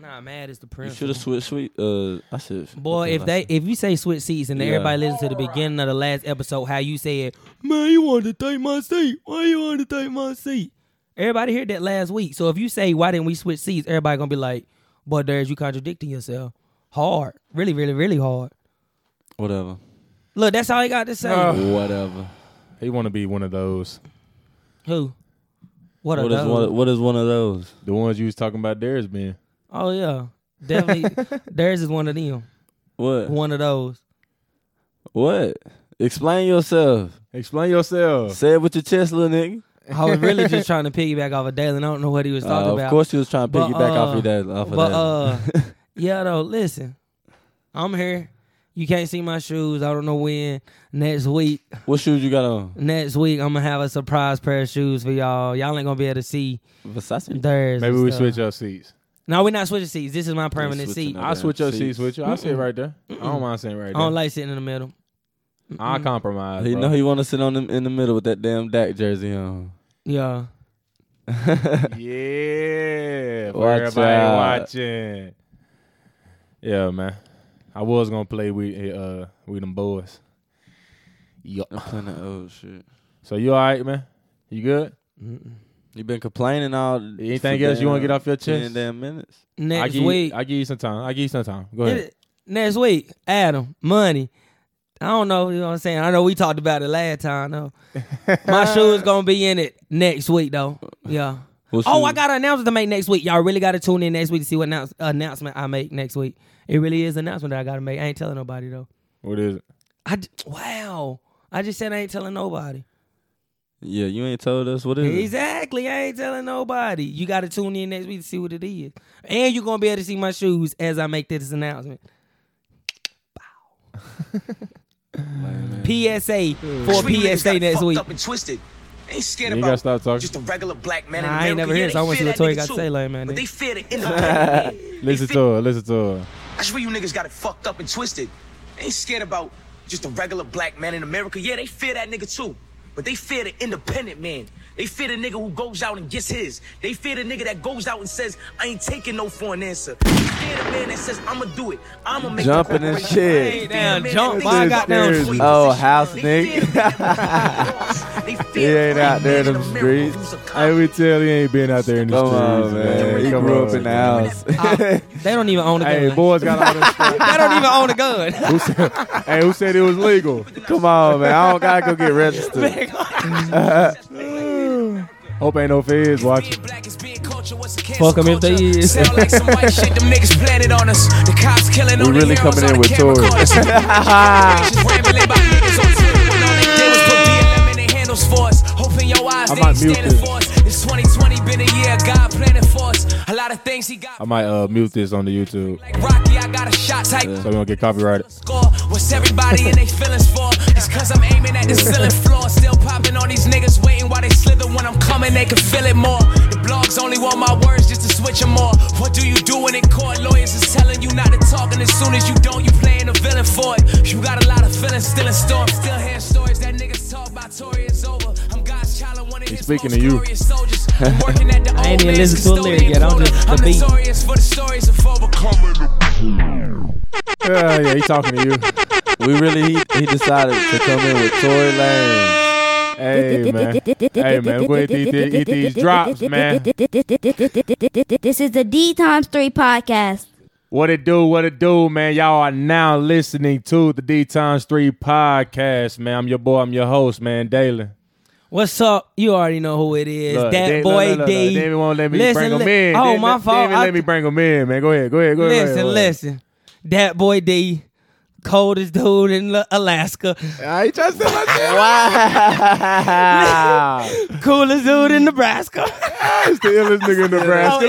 Nah, mad is the You principal. should have switched sweet. Uh, I said. Boy, if they if you say switch seats and then Yeah. everybody listens to the beginning of the last episode, how you said, "Man, you wanted to take my seat? Why you wanted to take my seat?" Everybody heard that last week. So if you say, "Why didn't we switch seats?" Everybody gonna be like, "Boy, there's you contradicting yourself. Hard, really, really, really hard." whatever, Look, that's all they got to say. Uh, Nah. whatever. He want to be one of those, Who? What, What a is dog. one? What is one of those? the ones you was talking about. There's been Oh yeah, definitely. theirs is one of them. What? One of those. What? Explain yourself. explain yourself. Say it with your chest, little nigga. I was really just trying to piggyback off of Dalen. I don't know what he was Uh, talking about. of course, you was trying to But, piggyback back off uh, your dad. Off of but that. uh, yeah, though. Listen, I'm here. You can't see my shoes. I don't know when. Next week, what shoes you got on? next week, I'm gonna have a surprise pair of shoes for y'all. Y'all ain't gonna be able to see Versace. theirs. Maybe we switch our seats. No, we're not switching seats. This is my permanent switching seat. up. I Okay, I switch your seats. seats with you. I sit right there. I don't mind sitting right there. I, don't like sitting in the middle. compromise. Uh, He bro. know he want to sit on them in the middle with that damn Dak jersey on. Yeah. Yeah, for Watch everybody out. watching. Yeah, man. I was gonna play with uh with them boys. Yup. I'm playing that old shit. So you all right, man? You good? Mm-mm. You been complaining all. Anything else you want to get off your chest? Ten damn minutes. I Next give week. you, I give you some time. I give you some time. Go ahead. It- next week, Adam, money. I don't know, you know what I'm saying? I know we talked about it last time though. My shoe's gonna be in it next week though. Yeah. What Oh, shoe- I got an announcement to make next week. Y'all really gotta tune in next week to see what announce- announcement I make next week. It really is an announcement that I gotta make. I ain't telling nobody though. What is it? I d- wow. I just said I ain't telling nobody. Yeah, you ain't told us what is it. Exactly. I ain't telling nobody. You gotta tune in next week to see what it is. And you're gonna be able to see my shoes as I make this announcement. PSA for Just when you niggas PSA got next fucked week. Up and twisted. They ain't scared You about gotta stop talking. just a regular black man. in Nah, I ain't America. never Yeah, hear it, so I they wanna see fear what that Tory nigga got to too. say, like, man, But nigga. they fear the independent man. They Listen fear- to her. Listen to her. That's where you niggas got it fucked up and twisted. They ain't scared about just a regular black man in America. Yeah, they fear that nigga too. But they fear the independent man. They fear the nigga who goes out and gets his. They fear the nigga that goes out and says, I ain't taking no for an answer. They fear the man that says, I'ma do it. I'ma make the Jumping and corporation." shit. They fear the Damn, man that jump, thinks boy, I he's got in a down. sweet Oh, position. house They fear nigga. the man that- They fear He the ain't black out there in man them America who's streets. a cop. I would tell he ain't been out there in the Come on, streets, man. He Come grew on. up in the house. They don't even own a gun. Hey, boys got all them. stuff. They don't even own a gun. Who said- hey, who said it was legal? Come on, man. I don't gotta go get registered. Hope ain't no feds watching. Fuck 'em if they is. Sound like some white shit them niggas planted on us. The cops killing We on really the coming in with Tory. I might mute this. It's 2020 been a year, God planning for us. A lot of things he got. I might uh, mute this on the YouTube Like Rocky, I got a shot type. so we don't get copyrighted. Score. What's everybody in they feelings for? It's cause I'm aiming at the ceiling floor. Still popping on these niggas, waiting while they slither. When I'm coming, they can feel it more. The blogs only want my words just to switch them more. What do you do when in court? Lawyers is telling you not to talk, and as soon as you don't, you playing a villain for it. You got a lot of feelings still in store. Still hearing stories that niggas talk about. Tory is over. I'm God's child, and one of his speaking most to you. glorious soldiers. I'm working at the I ain't old even man's listened to a lyric custodian yet. I'm quota. just- the I'm beat. notorious for the stories of overcoming. Yeah, yeah, he talking to you. we really he, he decided to come in with Tory Lanez. Hey man, hey man, we going to eat, these- eat these drops, man. This is the D times three podcast. What it do? What it do, man? Y'all are now listening to the D Times Three podcast, man. I'm your boy. I'm your host, man, Dalen. What's up? You already know who it is. Look, that they- look, boy look, look, D. look, They even won't let me Listen, bring them li- in. Oh, They- my they fault. even I- let me bring them in, man. Go ahead, go ahead, go ahead. go Listen, ahead, go ahead. listen. That boy D, coldest dude in La- Alaska, I ain't trying to sell Ah, my shit. Wow. coolest dude in Nebraska. It's the illest nigga in Nebraska.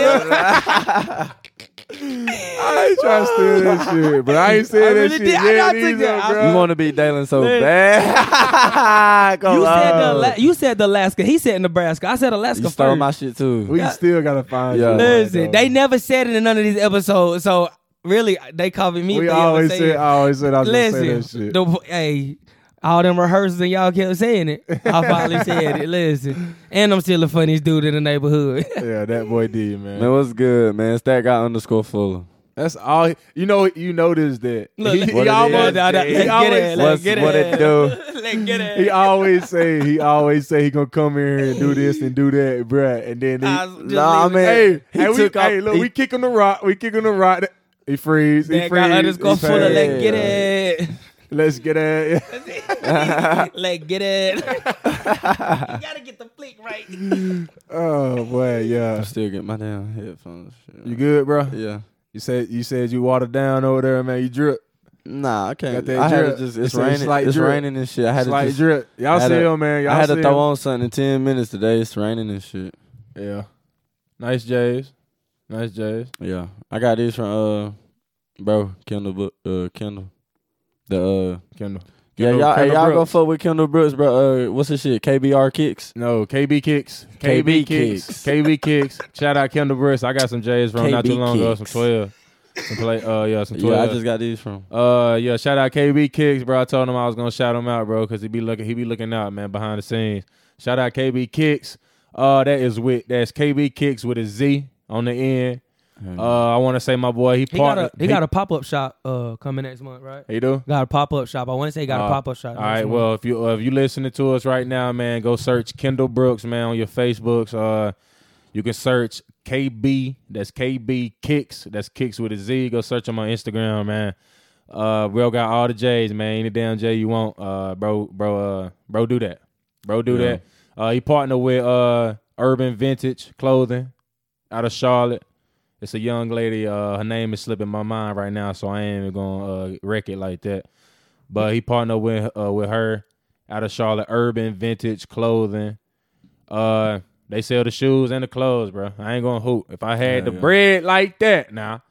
I ain't trying to steal this shit, but I ain't saying I that really shit. did. I Yeah, know I took these are, that. I- bro. you want to be Dalen so bad. Come you said the on. Ala- you said the Alaska. He said Nebraska. I said Alaska You stole first. my shit too. We still gotta find Yeah. you. Listen, they never said it in none of these episodes. So really, they copied me. if We they ever always say said, it. I always said I was gonna say that Listen, shit. the, hey, all them rehearsals and y'all kept saying it. I finally said it. Listen, and I'm still the funniest dude in the neighborhood. Yeah, that boy did, man. Man, what's good, man? Stack got underscore fuller. That's all. he- You know, you notice that. Look, he, let- he What it almost, is, Nah, nah, let's Jay. he get always, it. Let's What's- get it. what it do? Let's get it. he always say, he always say he gonna come here and do this and do that, bruh. And then he, I was just Nah, leaving man. hey, He hey, we, took off- hey, look, he- we kick him the rock, we kick him the rock. He freeze, he That freeze. got underscore he full of freeze. let get it. Let's get it. Let get it. you gotta get the flick right. oh boy, yeah. Still get my damn headphones. Shit. You good, bro? Yeah. You said you said you watered down over there, man. You drip, Nah, I can't. Got that I had to drip. just. It's It's a raining. slight It's drip. raining and shit. I had to slight just. drip. Y'all had see a- him, man. Y'all I had see to him. throw on something in ten minutes today. It's raining and shit. Yeah, nice Jays, nice Jays. Yeah, I got this from uh, bro, Kendall, Book- uh, Kendall, the uh, Kendall. yeah, Kendall- y'all, hey, Kendall y'all go Brooks. fuck with Kendall Brooks, bro. Uh, what's his shit? KBR kicks. No, KB kicks. KB kicks. KB kicks. Shout out Kendall Brooks. I got some J's from not too KB long ago. Some kicks. twelve. Some play. Uh, yeah, some Yeah, I twelve. just got these from. uh, yeah. Shout out KB kicks, bro. I told him I was gonna shout him out, bro, because he be looking. He be looking out, man, behind the scenes. Shout out KB kicks. Uh, that is with that's KB kicks with a Z on the end. Uh, I want to say my boy. He He got partnered. a he got a pop up shop uh coming next month, right? He do. Got a pop up shop. I want to say he got a Uh, pop up shop. All next right. month. Well, if you uh, if you listening to us right now, man, go search Kendall Brooks, man, on your Facebooks. Uh, you can search KB. That's KB Kicks. That's Kicks with a Z. Go search him on Instagram, man. Uh, bro got all the J's, man. Any damn J you want, uh, bro, bro, uh, bro, do that, bro, do that. Uh, he partnered with uh Urban Vintage Clothing out of Charlotte. It's a young lady. Uh, her name is slipping my mind right now, so I ain't even gonna uh, wreck it like that. But he partnered with uh, with her out of Charlotte Urban Vintage Clothing. Uh, they sell the shoes and the clothes, bro. I ain't gonna hoot. If I had the yeah. bread like that, now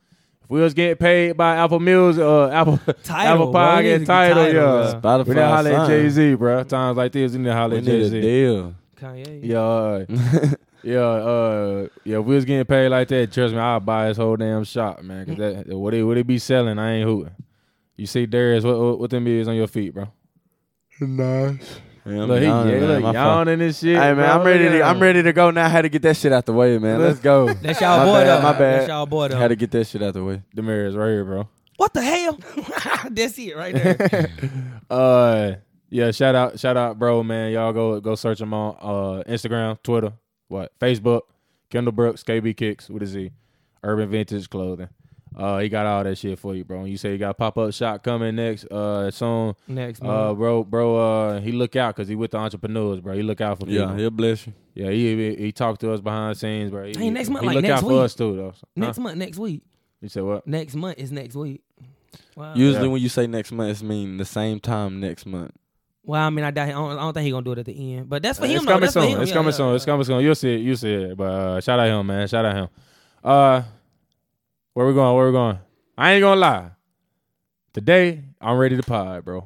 if we was getting paid by Apple Music, uh, Apple Title, Apple bro. We need Podcast to get title, title, yeah. bro. Spotify we need to holler at sign. Jay Z, bro. Times like this, we need to holler we at need Jay a Z. deal. Kanye. Yeah, uh, yeah, uh, yeah. If we was getting paid like that, trust me, I'll buy this whole damn shop, man. Cause that what they what they be selling, I ain't hooting. You see, Darius, what what, what them is on your feet, bro? Yeah, I'm Look, he yawning, yeah, man. look, My fault. yawning and shit. Hey man, I'm ready. To, I'm ready to go now. I had to get that shit out the way, man. Let's go. That's y'all My boy bad, though. my bad. That's y'all boy though. had to get that shit out the way. The mirrors right here, bro. What the hell? That's it right there. Uh, yeah. Shout out, shout out, bro, man. Y'all go go search him on uh Instagram, Twitter, what, Facebook, Kendall Brooks, KB Kicks with a Z, Urban Vintage Clothing. Uh, he got all that shit for you, bro. And you say you got pop up shop coming next, uh, soon. Next Uh, month. bro, bro, uh, he look out because he with the entrepreneurs, bro. He look out for people. Yeah, he'll bless you. Yeah, he he, he talked to us behind the scenes, bro. He, Hey, next month, he like look next out week. for us too, though. next month. Next week. You said what? Next month is next week. Wow. Usually Yeah. when you say next month, it's mean the same time next month. well, I mean, I, doubt he- I, don't, I don't think he gonna do it at the end, but that's for him. Uh, It's though. coming That's for soon. him. It's Yeah, coming yeah, soon. It's coming soon. You'll see it. You'll see it. But uh, shout out him, man. Shout out him. Uh, where we going? Where we going? I ain't gonna lie. Today, I'm ready to pod, bro.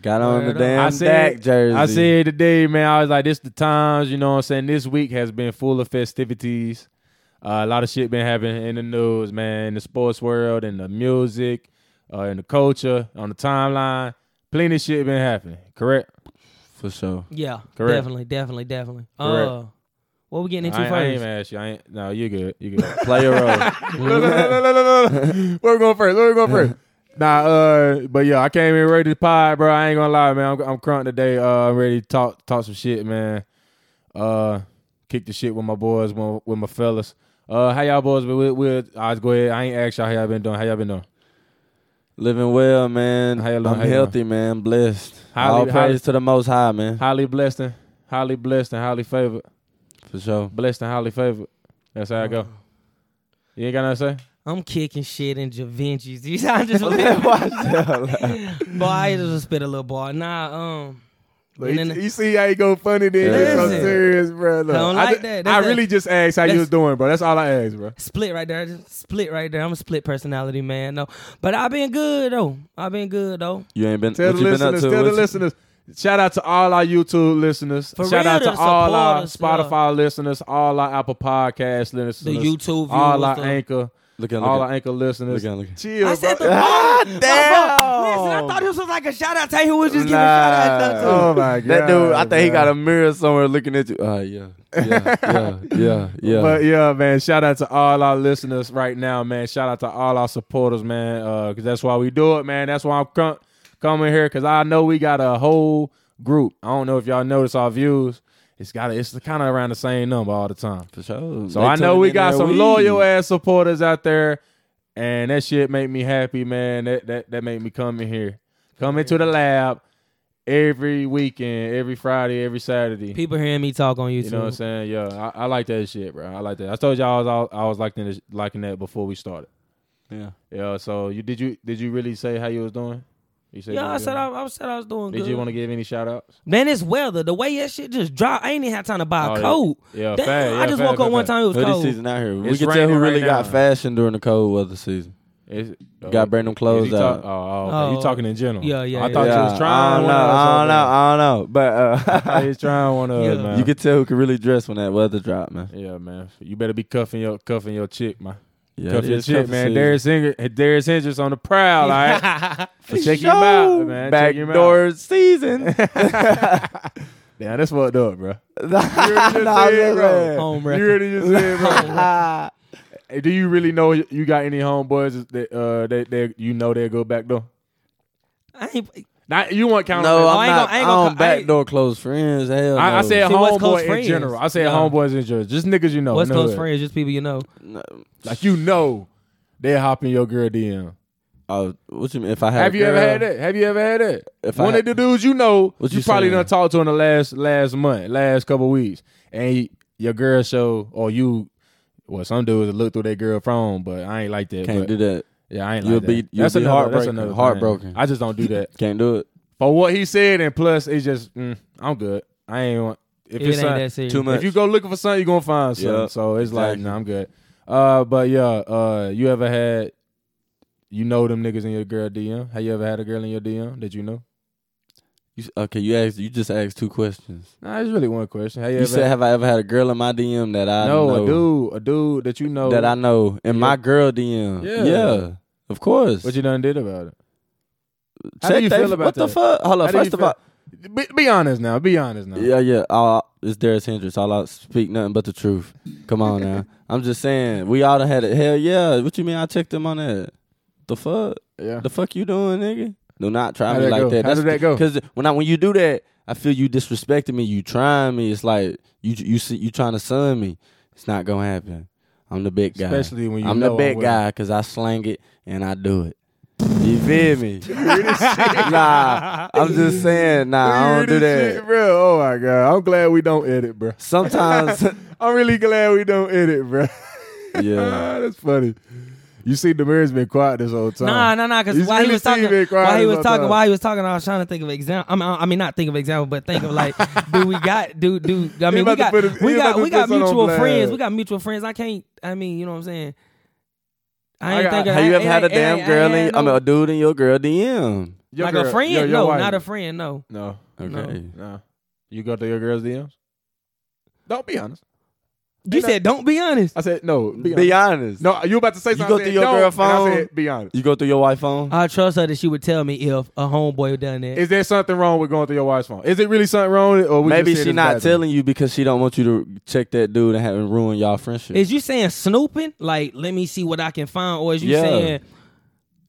Got on the Word up. I damn said- Dak jersey. I said today, man, I was like, this the times, you know what I'm saying? This week has been full of festivities. Uh, a lot of shit been happening in the news, man, in the sports world, in the music, uh, in the culture, on the timeline. Plenty of shit been happening, correct? for sure. Yeah, Correct. definitely, definitely, definitely. Correct. Uh, what we getting into I, ain't- I ain't first? even ask you. I ain't, no, you good. You good. Play your role. look, look, look, look, look, look, look. Where we going first? Where we going first? Nah, uh, but yeah, I came in ready to pod, bro. I ain't gonna lie, man. I'm, I'm crunk today. Uh, I'm ready to talk talk some shit, man. Uh, kick the shit with my boys, with with my fellas. Uh, how y'all boys? been? We, we, I go ahead. I ain't asked y'all how y'all been doing. How y'all been doing? Living well, man. How you doing? I'm How you healthy, man. Blessed. Highly- All praise highly- to the Most High, man. Highly blessed and highly blessed and highly favored. For sure. Blessed and highly favored. That's how I go. You ain't got nothing to say? I'm kicking shit in Javinci's. You sound just Boy, I just spit a little bar. Nah, um, Look, and then- see how you go funny then. It's so serious, bro. Look, Don't I like ju- that. That's I really just asked how you that's- was doing, bro. That's all I asked, bro. split right there. Just split right there. I'm a split personality, man. No, but I've been good though. I've been good though. You ain't been. Tell what the you been up listeners. to? Tell the What you- listeners. Shout out to all our YouTube listeners. For Shout real, out to the all our supporters, Spotify listeners, all our Apple Podcast listeners, The YouTube all viewers, our the- Anchor, Look at, all look our Anchor listeners. Look at, look at. Chill, I said bro. the ah, damn. Listen, I thought this was like a shout out. Taylor was just giving shout outs. Nah. out Oh my god. That dude, I think he got bro. a mirror somewhere looking at you. Uh, yeah, yeah, yeah, yeah, yeah. But yeah, man, shout out to all our listeners right now, man. Shout out to all our supporters, man, because that's why we do it, man. That's why I'm com- coming here, because I know we got a whole group. I don't know if y'all notice our views. It's got it's kind of around the same number all the time. For sure. So They I know tuned we in got there. some We- loyal ass supporters out there, and that shit make me happy, man. That that that make me come in here, come into the lab every weekend, every Friday, every Saturday. People hearing me talk on YouTube. You know what I'm saying? Yeah, I, I like that shit, bro. I like that. I told y'all I was, I was liking this, liking that before we started. Yeah. Yeah. So you did you did you really say how you was doing? You said you Yeah, I was said doing- I, I said I was doing Did good. you want to give any shout outs? Man, it's weather. The way that shit just dropped, I ain't even had time to buy a Oh, yeah. coat. Yeah, Damn, fair, I yeah, just fair, woke fair, up one fair. time. It was Hoodie cold. season out here. It's we can tell who raining really right got now. fashion during the cold weather season. Is, Got brand new clothes oh. is he talk- out. oh, oh, okay. Oh. you talking in general? Yeah, yeah, I yeah. thought you was I trying. don't one know. of us I don't over there. know. I don't know. But I uh, thought you was trying one of us, Yeah. man. you can tell who can really dress when that weather drop, man. yeah, man. You better be cuffing your cuffing your chick, man. Yeah, Cuff it your is chick, cuffing man. season. Darius Hinger, Darius Hinger's on the prowl, all right? So check him Yo, out, man. check him out. Backdoor season. Damn, that's fucked up, bro. Nah, I'm just saying. Home You record. really just said, bro. Hey, Do you really know you got any homeboys that uh that, that you know they go back door? I ain't, see, Not you want count. Oh, No, I ain't I'm not. gonna- I I ain't gonna don't co- I ain't- backdoor close friends. Hell, I, I no. said See, what's close homeboy in friends? general. I said Yeah. homeboys in general. Just niggas you know. what's in the close hood. friends? Just people you know. Like you know, they hop in your girl DM. Oh, what you mean? If I had Have a you ever girl? had that? Have you ever had that? If I One had- of the dudes you know, What you, you probably saying? done talked to in the last last month, last couple weeks, and y- your girl show or you. Well, some dudes look through their girl phone, but I ain't like that. Can't but- do that. Yeah, I ain't You'll like be- that. you'll that's be another, that's heartbroken- another thing. heartbroken. I just don't do that. Can't do it. For what he said, and plus, it's just mm, I'm good. I ain't want if It it's uh, ain't some- that serious. Too much. if you go looking for something, you are gonna find something. Yeah, so it's like, exactly. nah, I'm good. Uh, but yeah, uh, you ever had you know them niggas in your girl DM? Have you ever had a girl in your DM that you know? You, okay, you asked. You just asked two questions. Nah, it's really one question. Have you, You ever said, had, "Have I ever had a girl in my DM that I no, know a dude, a dude that you know that I know in Yeah. my girl DM?" Yeah. Yeah, of course. what you done did about it? How Check do you they- feel about what the that? fuck? Hold How on. do you First of feel- all, Be, be honest now. Be honest now. yeah, yeah. All, it's Darius Hendricks. All I speak nothing but the truth. Come on now. I'm just saying. We all done had it. Hell yeah. What you mean? I checked him on that. The fuck? yeah. The fuck you doing, nigga? Do not try How'd me that like go? that. How did that go? Because when I when you do that, I feel you disrespecting me. You trying me. It's like you you see you trying to sun me. It's not gonna happen. I'm the big guy. Especially when you I'm know the I'm big with guy because I slang it and I do it. You feel me? nah, I'm just saying. Nah, I don't do Weirdest that. shit, bro. Oh my god, I'm glad we don't edit, bro. Sometimes, I'm really glad we don't edit, bro. Ah, yeah. That's funny. You see, Demir's been quiet this whole time. Nah, nah, nah. Because He's while he really was talking, seen me cry while he this was whole talking, time. while he was talking, I was trying to think of example. I mean, I I mean, not think of example, but think of like, do we got, do, do. I about mean, we to got, put his- we he got, about to we got put us on mutual blast. friends. We got mutual friends. I can't. I mean, you know what I'm saying. I ain't I got- thinking. Have I- you ever it had a ain't- it damn ain't- girl? I ain't In, I mean, no- a dude in your girl DM? Your like girl- a friend? your- your no, wife. not a friend. No. No, Okay. no. You go to your girl's DMs? Don't be honest. You said don't be honest. I said no. Be, Be honest. honest. No, you about to say You something? go I through said your don't, girl and I phone? said be honest. You go through your wife phone. I trust her that she would tell me if a homeboy done that. Is there something wrong with going through your wife's phone? Is it really something wrong? with it, Or we Maybe just she not telling you because she don't want you to check that dude and have and ruin y'all friendship. Is you saying snooping? Like, let me see what I can find, or is you Yeah. saying,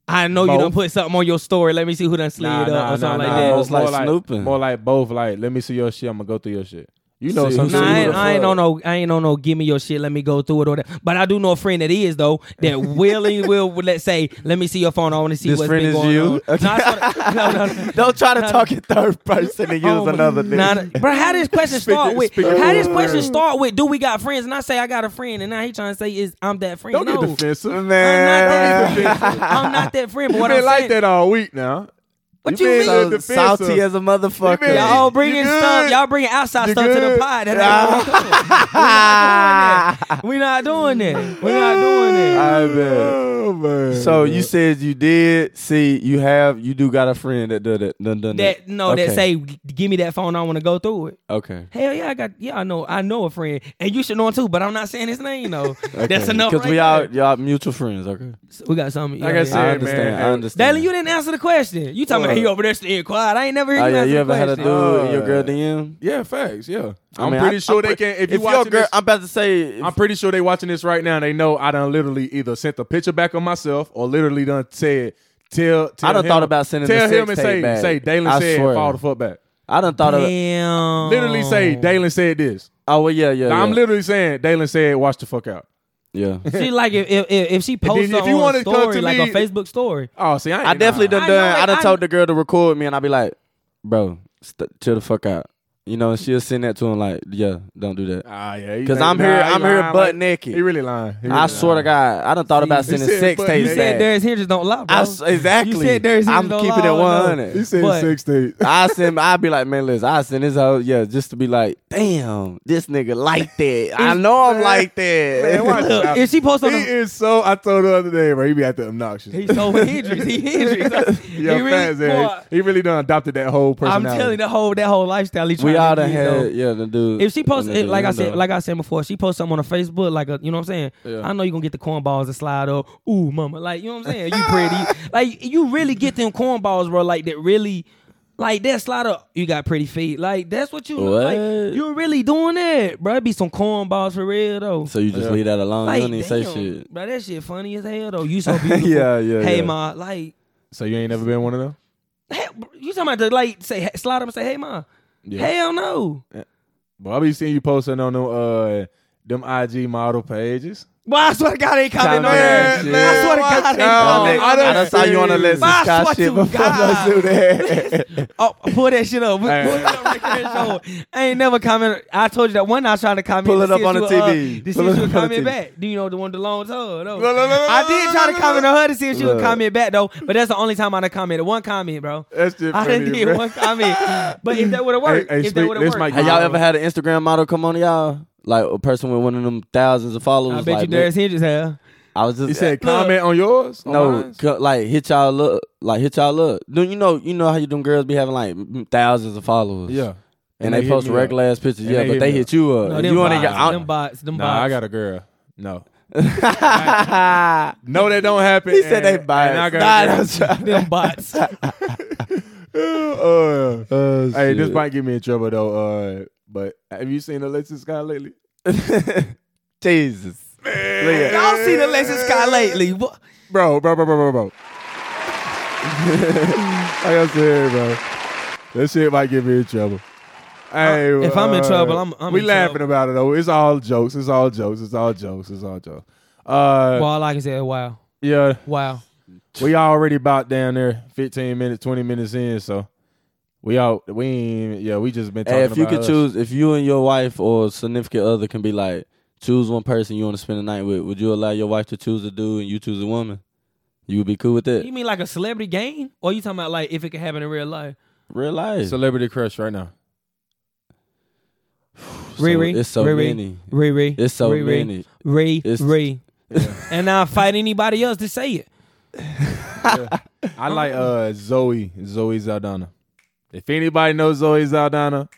I know you Both. done put something on your story. Let me see who done slid Nah, up nah, or something nah, like nah. that. It was More like snooping. More like both. Like, let me see your shit. I'm gonna go through your shit. You know See something. who's- Nah, I who ain't, the I ain't fuck? on no, I ain't on no. Give me your shit. Let me go through it or that. But I do know a friend that is though that willingly will. will, Let's say, let me see your phone. I want to see This what's friend been is going you? on. Okay. Nah, I swear to- no, no, no. don't try to talk in third person and use Oh my- another thing. Nah, bro, how this question start it- with? speak it How out this loud. question start with? Do we got friends? And I say I got a friend, and now he trying to say is I'm that friend. Don't no, get defensive. I'm not man. that. I'm not that friend. But You what I'm been like saying, that all week now. What you you been mean? so So defensive. salty as a motherfucker. You been- Y'all You bringing good? stuff. Y'all bringing outside You stuff to the good? pod. That ain't- we not doing that. We not doing that. We not doing that. I bet. Oh, man. So you said you did see you have you do got a friend that done that done, done that. that no, that Okay. say, give me that phone. I want to go through it. okay. Hell yeah, I got yeah, I know, I know a friend, and you should know him too. But I'm not saying his name though. That's enough. Because right we all there. y'all mutual friends. Okay. we got something. Like yeah, I yeah. said, man, I understand. I hey. understand. Dalen, you didn't answer the question. You talking about he over there staying quiet? I ain't never heard Oh you yeah, answer you the ever had a dude question. in your girl DM? Yeah, facts. Yeah, I I'm mean, pretty I- sure I'm they pre- can. If you your watching girl, this, I'm about to say, if- I'm pretty sure they watching this right now. and They know I done literally either sent the picture back of myself or literally done said tell. tell I done him- thought about sending Tell the him sex and tape say back. say Dalen I said swear. fall the fuck back. I done thought of. Damn. Literally say Dalen said this. Oh well, yeah, yeah. I'm yeah. literally saying Dalen said watch the fuck out. Yeah. See, like if if, if if she posts if on you a wanna come story, to like me- a Facebook story, Oh, see, I, ain't I definitely nah. done I done. know it- I done I- told the girl to record me, and I be like, "Bro, st- chill the fuck out." You know, and she'll send that to him like, "Yeah, don't do that." Ah, yeah, he Because think- I'm nah, here, he I'm here lying, butt like- naked. He really lying. He really I swear to lying. God, I done thought about See, sending you said sex butt tapes. you Hey, said back. Darius Hendricks don't lie, bro. I s- exactly. Darius I'm Hendricks keeping don't it lie, I don't know. 100. He said But- six days. I send. I be like, man, listen. I send this whole yeah, just to be like, damn, this nigga like that. I know I'm like that. Man, watch out. if she posts on He a, is so. I told her the other day, bro. He be at the obnoxious. he's so Hendricks, he Hendricks. he Yeah, fans, really, yeah. boy, he really done adopted that whole I'm personality. telling you, the whole that whole lifestyle. He we trying all to done get, though. had yeah, the dude. If she posts, and the it, like I dude, said, though. like I said before, she posts something on her Facebook, like a, you know what I'm saying. I know you are gonna get the cornballs to slide up. Ooh, mama, like you know what I'm saying. You pretty, like you really get them cornballs, bro. Like that really, like that slide up. You got pretty feet, like that's what you look What? like. You're really doing that, bro. It be some cornballs for real though. so you just leave that alone. like, you don't even say damn, shit. bro. That shit funny as hell though. You so beautiful. Yeah, yeah, Hey, yeah. ma, like. So you ain't never been one of them. hey, bro, You talking about to like say slide up and say hey ma? Hell no! But I be seeing you posting on them, uh, them IG model pages. Boy, I swear to God, they comment Comment on on that. I swear that shit. to Watch God, they out. comment Nick, on I I done done saw you on the seen- list. I Scott swear shit to before God. I do that. Oh, pull that shit up. Pull it up right there on the show. I ain't never comment. I told you that one. I was trying to comment. Pull it to up see if on the she would, TV. Uh, to see Pull if it she would up on the comment TV. back. Do you know the one with the long tongue? No. no, no, no, I no, did no, try no, to no, comment on her to see if she would Look. comment back though. But that's the only time I done commented. One comment, bro. That's just I done funny, did bro. one comment. But if that would have worked, Hey, hey, if that speak- would this have worked, might- Have y'all ever had an Instagram model come on to y'all? Like a person with one of them thousands of followers. I bet like, you Darius Hendricks have. I was just He said, Look. comment on yours. on No, mine? co- like hit y'all look, like hit y'all look. Do you know you know how you them girls be having like m- thousands of followers? yeah. and, they, hit post me up. regular ass pictures. And yeah, they but hit they me hit you up. No, you them wanna bots, get out- them bots, them Nah, I bots. got a girl. No. no, that don't happen. He said they And- and I biased. got a girl. Nah, that's- them bots. Uh, hey, this shit. might get me in trouble though. Uh, but have you seen Alexis Scott lately? Jesus. Look at- Y'all seen Alexis Scott lately? What? Bro, bro, bro, bro, bro, bro. like I said, bro, that shit might get me in trouble. Hey, uh, if I'm in trouble, I'm- I'm we in laughing trouble. about it though. It's all jokes. It's all jokes. It's all jokes. It's all jokes. Uh, Well, all I can say is wow, yeah, wow. we already about down there. Fifteen minutes, twenty minutes in, so we out. We ain't, yeah, we just been talking. Hey, if you about could us. choose, if you and your wife or significant other can be like, choose one person you want to spend the night with, would you allow your wife to choose a dude and you choose a woman? You would be cool with You that? mean like a celebrity game, or you talking about like if it could happen in real life? Real life. celebrity crush right now. So Riri, it's so Riri, many. Riri, It's so Riri, many. Riri, It's- Riri. and I fight anybody else to say it. I like uh Zoe, Zoe Zaldana. If anybody knows Zoe Zaldana,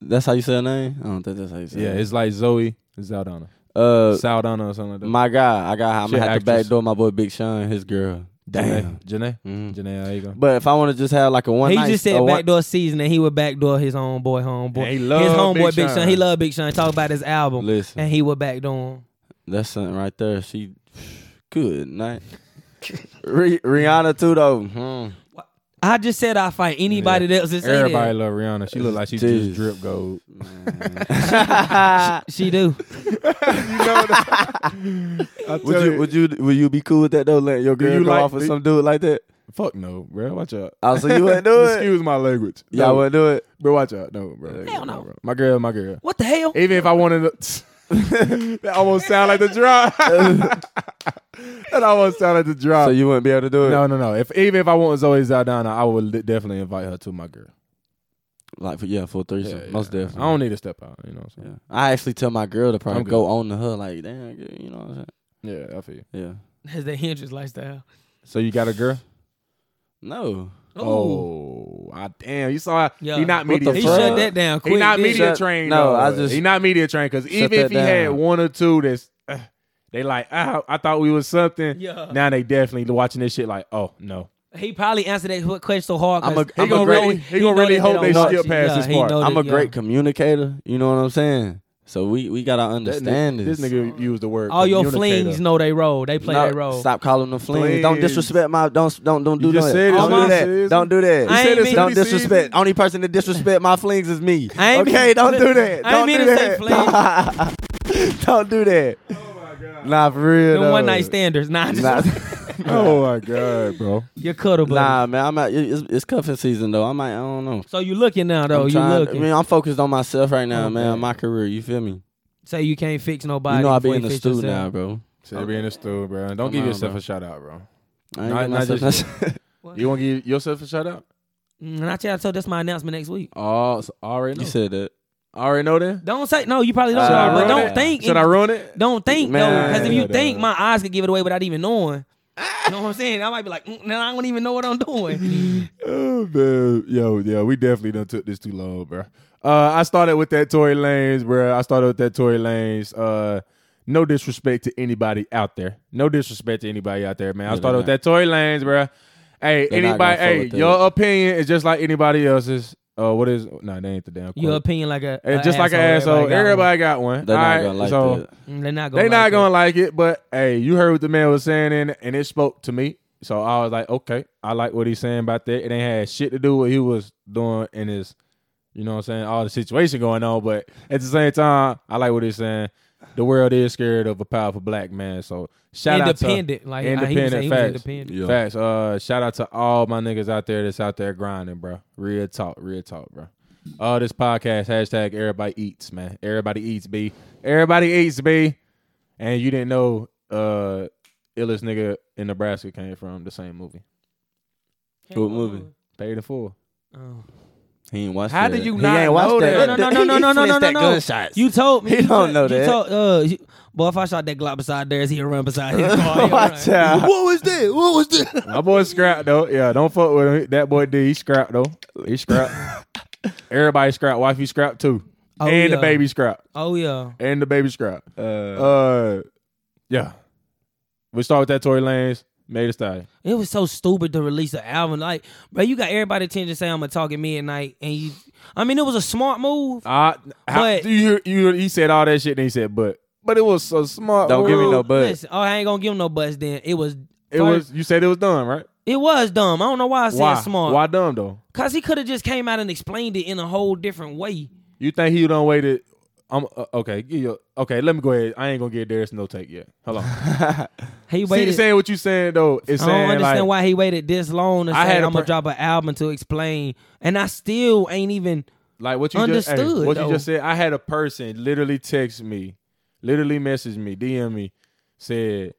That's how you say her name? I don't think that's how you say yeah, her name. it's like Zoe Zaldana, Mm. Uh, Saldana or something like that. My guy, I got. I'm She gonna have an to back actress. door my boy Big Sean, his girl. Damn. Janae, Janae, Mhm. Janae, how you go? But if I want to just have like a one he night, just a said one- backdoor season, and he would backdoor his own boy, homeboy. And he love his homeboy, Big Big Sean. Sean. He loved Big Sean. Talk about his album, Listen. and he would backdoor him. that's something right there. She good night. Rih- Rihanna too though. Hmm. I just said I fight anybody else to say Everybody that. love Rihanna. She look like she Jeez. just drip gold. She do. Would you would you would you be cool with that though? Let your girl you go like off with me? some dude like that? Fuck no, bro. Watch out. Oh, so you wouldn't do it? Excuse my language. Y'all no, wouldn't do it. bro. Watch out. No, bro. Hell no. bro. My girl, my girl. What the hell? Even if I wanted to. that almost sound like the drop. that almost sound like the drop. So you wouldn't be able to do it. no, no, no. If even if I want Zoe Zaldana, I would li- definitely invite her to my girl. Like for, yeah, for a threesome, Yeah, most yeah. definitely. I don't need to step out. You know what I'm Yeah. I actually tell my girl to I'm probably good. go on to her like, damn, girl, you know what I'm saying? Yeah, I feel you. saying? That's the Hendrix lifestyle. So you got a girl? No. Oh, Oh, I, damn! You saw Yeah. he not media. the he fuck? trained. shut that down quick. He not didn't he? media Shut- trained. no, though. I just- he not media trained because even that if he had down. one or two, that's uh, they like ah, I thought we was something. Yeah. Now they definitely watching this shit like oh no. He probably answered that question so hard. I'm a- 'cause he know gonna really- that- he gonna know really that hope don't they watch skip it. past this he part. know I'm that- a Oh, yeah. great communicator. You know what I'm saying? So we, we gotta That understand nigga, this. this nigga used the word. All your communicator. flings know they role. They play No, their role. Stop calling them flings. Don't Flings. disrespect my don't don't don't do You just that. said it, don't do Mama. that. Don't do that. I You said ain't it mean- don't silly disrespect. Only person that disrespect my flings is me. I ain't okay, mean- don't do that. I don't ain't mean do to say that. don't do that. Oh my god. Nah, for real. Them though. one night standards. Nah, just Nah, Oh my god, bro. your cuddle buddy. nah, man. I'm at, it's, it's cuffing season though. I might. I don't know. So you looking now though. I'm you trying- I looking. mean, I'm focused on myself right now, man. My career. You feel me? Say you can't fix nobody. you know I be before in the fix stew yourself. now, bro. So you be in the stool, bro. Don't Come give on, yourself bro. a shout out, bro. I ain't Not- giving not myself just- no- You want to give yourself a shout out? Mm, And I tell you, so that's my announcement next week. Oh, so I already know. you said that. I already know that. Don't say no. You probably don't. Should I know, but ruin don't it? think. Should I ruin it? don't think though, Man. because if you Yeah, think, dog. my eyes could give it away without even knowing. you know what I'm saying? I might be like, mm, now I don't even know what I'm doing. Oh man, yo, yeah, we definitely done took this too long, bro. Uh, I started with that Tory Lanes, bro. I started with that Tory Lanes. Uh, no disrespect to anybody out there. No disrespect to anybody out there, man. I they're started with not. that Tory Lanes, bro. Hey, They're not anybody, gonna fuck hey, with your that. opinion is just like anybody else's. Uh, what is? Nah, that ain't the damn. Your quote. opinion, like a, It's a uh, just like an asshole. Everybody, got one. They're All not right, gonna like so that. got one. Mm, They're not gonna. They not like gonna like it, but hey, you heard what the man was saying, and, and it spoke to me. So I was like, okay, I like what he's saying about that. It ain't had shit to do with what he was doing in his, you know what I'm saying, all the situation going on. But at the same time, I like what he's saying. The world is scared of a powerful black man. So shout out to Independent, like, uh, he was saying he was facts. independent. Yeah. Facts. Uh, shout out to all my niggas out there that's out there grinding, bro. Real talk, real talk, bro. Uh, this podcast hashtag everybody eats, man. Everybody eats, b. Everybody eats, b. And you didn't know, uh, illest nigga in Nebraska came from the same movie. What movie? Paid in full. Oh. He ain't watched How that. do you He not ain't watched know that? that? No, no, no, no, no, no, no, no, no. You told me. He you don't told- know you that. Told, uh, you, boy, if I shot that Glock beside theirs, he'd run beside his car. Watch out. What was that? What was that? My boy scrap though. Yeah, don't fuck with him. That boy D, he scrap though. He scrap. Everybody scrap. Wifey scrap too. Oh, and yeah. the baby scrap. Oh yeah. and the baby scrap. Uh, yeah. We start with that Tory Lanez, made a style. It was so stupid to release an album. Like, bro, you got everybody attention saying I'm gonna talk at midnight, and you. I mean, it was a smart move. I, how, But- you, you, he said all that shit, and he said, but, but it was so smart. Don't give me bro. no but. Listen, oh, I ain't gonna give him no buzz. Then it was. It was. You said it was done, right? It was dumb. I don't know why I said Why? smart. Why dumb though? Cause he could have just came out and explained it in a whole different way. You think he done waited? I'm uh, okay. Give your, okay, let me go ahead. I ain't gonna get Darius no take yet. Hold on. He See, waited. saying what you saying though, it's I don't saying understand like why he waited this long to I say had a I'm gonna per- drop an album to explain, and I still ain't even. Like what you just hey, Understood, what though. you just said. I had a person literally text me, literally message me, DM me, said,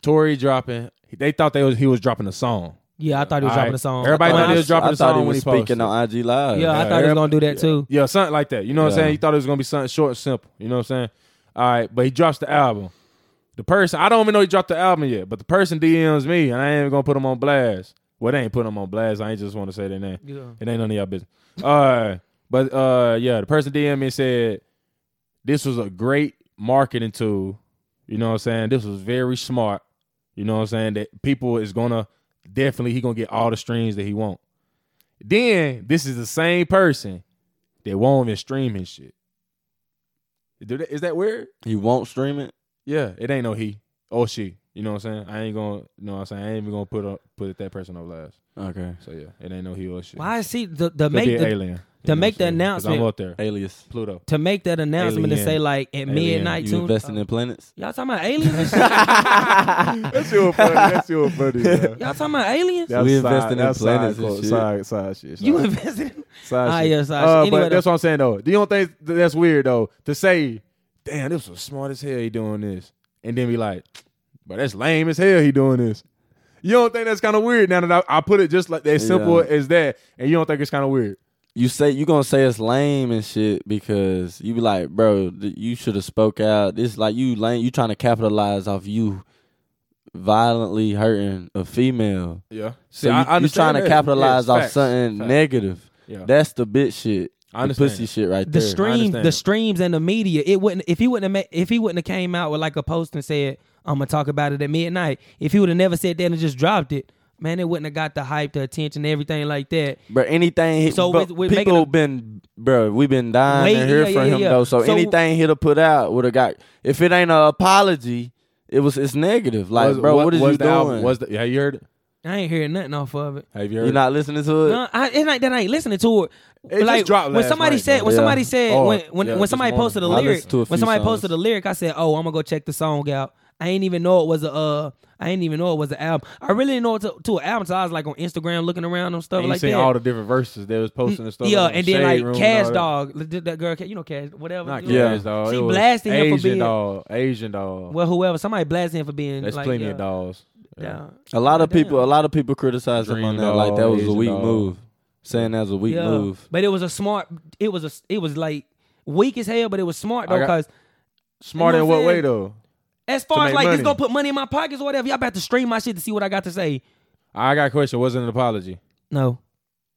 "Tory dropping." They thought they was he was dropping a song. Yeah, I thought he was All dropping right. a song. Everybody I thought he was dropping I a thought song he when was he posted. speaking on IG Live. Yeah, I Yeah, thought he was every- gonna do that too. Yeah, something like that. You know what I'm Yeah. saying? He thought it was gonna be something short and simple. You know what I'm saying? All right, but he drops the album. The person I don't even know he dropped the album yet, but the person DMs me, and I ain't even gonna put him on blast. Well, they ain't putting him on blast. I ain't just want to say their name. Yeah. It ain't none of y'all business. Uh, but uh, yeah, the person DM me said this was a great marketing tool. You know what I'm saying? This was very smart. You know what I'm saying? That people is gonna definitely he gonna get all the streams that he want. Then this is the same person that won't even stream his shit. Do that- Is that weird? You won't stream it? Yeah, it ain't no he or she. You know what I'm saying? I ain't gonna, you know what I'm saying? I ain't even gonna put up, put that person up last. Okay. So yeah, it ain't no he or she. Why is he the, the Could be make an the, alien. to make the i announcement- I'm up there. Alias. Pluto. to make that announcement to Alien. say like at midnight You tune? investing in planets? Y'all talking about aliens? and shit? That's your buddy. That's your buddy. Y'all talking about aliens? That's We invested side- in that's planets side and quote, shit. side- shit. You invested? in- side Ah, shit. yeah, side Uh, shit. but Anyway, that's what I'm saying though. The only thing th- that's weird though to say, damn, this was smart as hell. He doing this, and then be like, but that's lame as hell. He doing this. You don't think that's kind of weird now that I, I put it just like as simple Yeah. as that, and you don't think it's kind of weird? You say you gonna say it's lame and shit because you be like, bro, th- you should have spoke out. This like you lame. You trying to capitalize off you violently hurting a female. Yeah. So you, you trying to capitalize off something negative. Yeah. That's the bitch shit. I the understand pussy that. shit right the there. stream, understand the that. streams and the media. It wouldn't if he wouldn't have ma- if he wouldn't have came out with like a post and said I'm gonna talk about it at midnight. If he would have never said that and just dropped it, man, it wouldn't have got the hype, the attention, everything like that. Bro, anything hit, So so with- with making people a- been bro, we been dying Wait, to hear yeah, from yeah, him yeah. though. So, So- anything he'll put out would have got if it ain't an apology, it was it's negative. Like, Was- bro, what is was you the album- doing? was the, have you heard it? I ain't hearing nothing off of it. Have you heard you it? not listening to it? No, I, it ain't that I ain't listening to it. It just dropped when last somebody night, said though. when Yeah. somebody said Oh, when when, yeah, when this somebody morning. posted the I lyric listened to a when few somebody songs. posted the lyric I said oh I'm gonna go check the song out I ain't even know it was a uh I ain't even know it was an album I really didn't know it to, to an album so I was like on Instagram looking around and stuff And you like seen that all the different verses they was posting and stuff. yeah, like and Shade then Room like and Cash all that. Dog, that that girl, you know Cash, whatever. Not you know, Cash Dog. She it was blasted him for Asian being dog. Asian dog. well, whoever. Somebody blasted him for being There's like, plenty yeah, of dogs. yeah. A lot of Damn. people, a lot of people criticized him on Dream that. Like dog, that was a Asian weak dog. move, saying that was a weak Yeah. move. But it was a smart. It was a. It was like weak as hell, but it was smart though. got- Because Smart You know in what what I'm way saying? though? as far as make like it's money. gonna put money in my pockets or whatever, y'all about to stream my shit to see what I got to say. I got a question. Was it an apology? No,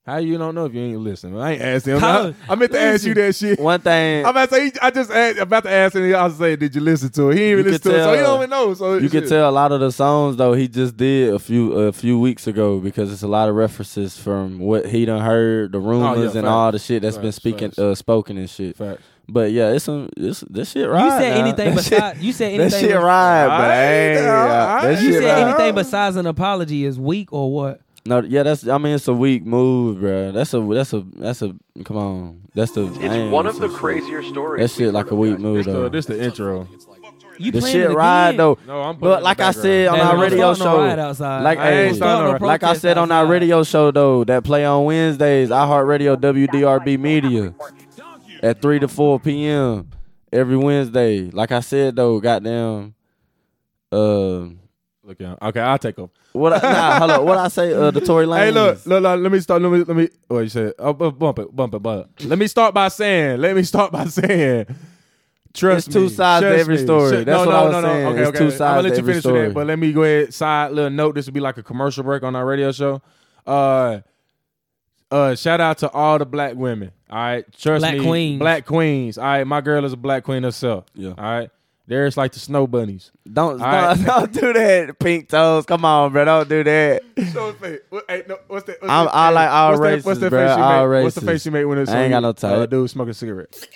How you don't know if you ain't listening? I ain't asked him. Tyler, I, I meant to ask you that shit. One thing I'm about to say. I just asked, about to ask him. I was say, did you listen to it? He didn't You even listen to could it, so he tell- don't even know. So you could shit. tell a lot of the songs though he just did a few a few weeks ago because it's a lot of references from what he done heard, the rumors and Oh, facts. all the shit that's been Facts, speaking facts. uh, spoken and shit. Facts. But yeah, it's some it's this shit right. said now. anything That shit- besides- you said that anything shit bes- right, but I- hey, I- that you shit said right. anything besides an apology is weak or what? No, yeah, that's I mean it's a weak move, bro. That's a that's a that's a come on, that's the It's damn, one of the that's a- crazier stories. That shit we've like heard a of, weak guys. move So though. this the intro. You The playing shit it ride again. though. No, I'm putting it in But the like I background. said on Damn, our I'm radio starting a riot show, outside. like I ain't hey, starting a like I protest said on our outside. radio show though, that play on Wednesdays, iHeartRadio, WDRB Media, at three to four p.m. every Wednesday. Like I said though, goddamn, uh, Look, yeah. Okay, I'll take over. what? I, nah, hold on, what I say? Uh, the Tory Lanez. Hey, look, look, look, let me start. Let me, let me. What you said? Oh, bu- bump it, bump it, bump it. Let me start by saying. Let me start by saying. Trust It's two me, sides to trust every me. story. Shut- no, That's what no, I was no, no. saying. Okay, It's okay. two I'm sides gonna to let you every finish story. with that, but let me go ahead. Side little note. This will be like a commercial break on our radio show. Uh, uh, shout out to all the black women. All right, trust Black me, queens. black queens. All right, my girl is a black queen herself. Yeah. All right, there's like the snow bunnies. Don't don't, right. don't do that, pink toes. Come on, bro. Don't do that. what's that? I'm- I like all what's races, That, what's that bruh, face she all made? What's the races. face she made when it's I ain't got no time? Uh, type. dude smoking a cigarette.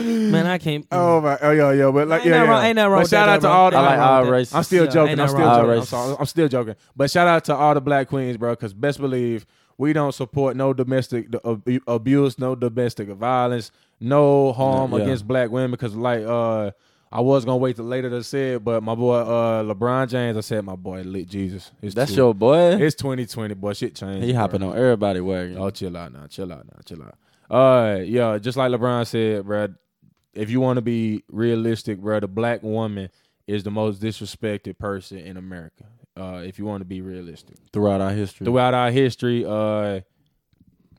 Man, I can't. Oh my, oh yeah, yeah, but like, Ain't yeah, nothing yeah. wrong- ain't nothing wrong But with shout that, out to though, all bro. the. I Ain't like nothing wrong all with that. races. I'm still Yeah, ain't joking. I'm nothing still wrong joking. with I'm, that. sorry, I'm still joking. But shout out to all the black queens, bro. Because best believe we don't support no domestic the ab- abuse, no domestic violence, no harm Yeah. against black women. Because like, uh, I was gonna wait till later to say it, but my boy, uh, LeBron James, I said my boy lit Jesus. It's That's too- your boy. It's 2020, boy. Shit changed. he hopping on everybody wagon. Oh, chill out now. Chill out now. Chill out. Uh, yeah, just like LeBron said, bro. If you want to be realistic, bro, the black woman is the most disrespected person in America. Uh, if you want to be realistic, throughout our history. throughout our history, uh,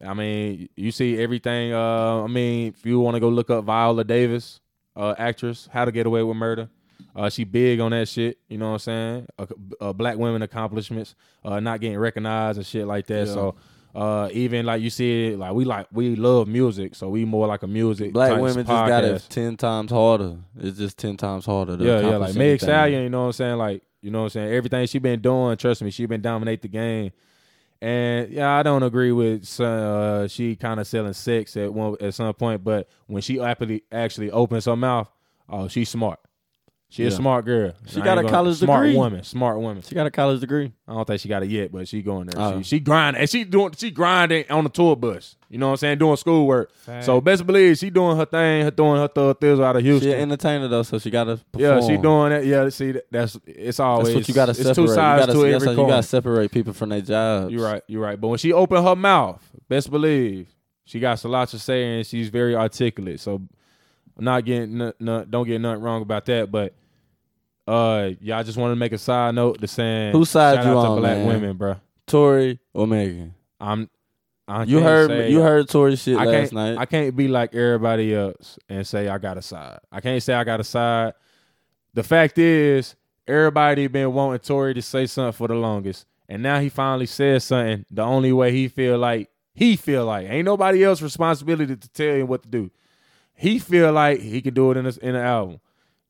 I mean, you see everything. Uh, I mean, if you want to go look up Viola Davis, uh, actress, How to Get Away with Murder. Uh, she big on that shit. You know what I'm saying? Uh, uh, black women accomplishments, uh, not getting recognized and shit like that. So. Uh, even like you see, like we like we love music, so we more like a music. Black type women just got podcast. it ten times harder. It's just ten times harder. To Yeah, yeah, accomplish like Meg anything. Stallion, you know what I'm saying? Like, you know what I'm saying? Everything she been doing, trust me, she been dominate the game. And yeah, I don't agree with some- uh, she kind of selling sex at one at some point, but when she actually actually opens her mouth, oh, she's smart. She a Yeah. smart girl. She got a college smart degree. woman, smart woman. She got a college degree. I don't think she got it yet, but she going there. Oh. She, she grinding. And she doing she grinding on the tour bus. You know what I'm saying? Doing schoolwork. So best believe she doing her thing, her throwing her thug thizzle out of Houston. She an entertainer though, so she got to. Yeah, she doing that. Yeah, see, that- that's it's always That's what you got to It's separate. two sides you gotta, to that's every how you coin. got to separate people from their jobs. You're right. You're right. But when she opened her mouth, best believe she got a lot to say, and she's very articulate. So, not getting no, no, don't get nothing wrong about that. But uh, y'all just want to make a side note to saying Whose side shout you out on, to black man? women, bro. Tory or Megan. I'm. I You can't heard say- you heard Tory shit I last can't. night. I can't be like everybody else and say I got a side. I can't say I got a side. The fact is, everybody been wanting Tory to say something for the longest, and now he finally says something. The only way he feel like he feel like ain't nobody else responsibility to tell him what to do. He feel like he can do it in a, in an album.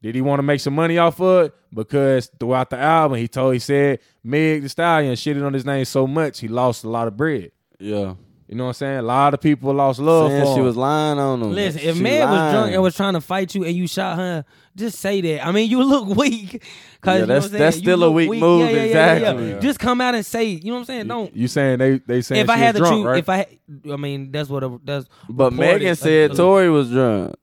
Did he want to make some money off of it? Because throughout the album, he told he said Meg the Stallion shitted on his name so much he lost a lot of bread. Yeah. You know what I'm saying? A lot of people lost love for Saying him. she was lying on him. Listen, if She man was drunk lying. and was trying to fight you and you shot her, just say that. I mean, you look weak. 'cause, Yeah, you know that's- what I'm that's saying? still You a look weak move, exactly. Yeah. Just come out and say, you know what I'm saying? Don't. you saying they they saying if I she had was to drunk, choose, right? if I, had, I mean, that's what a, that's. but reported. Megan said Tory was drunk.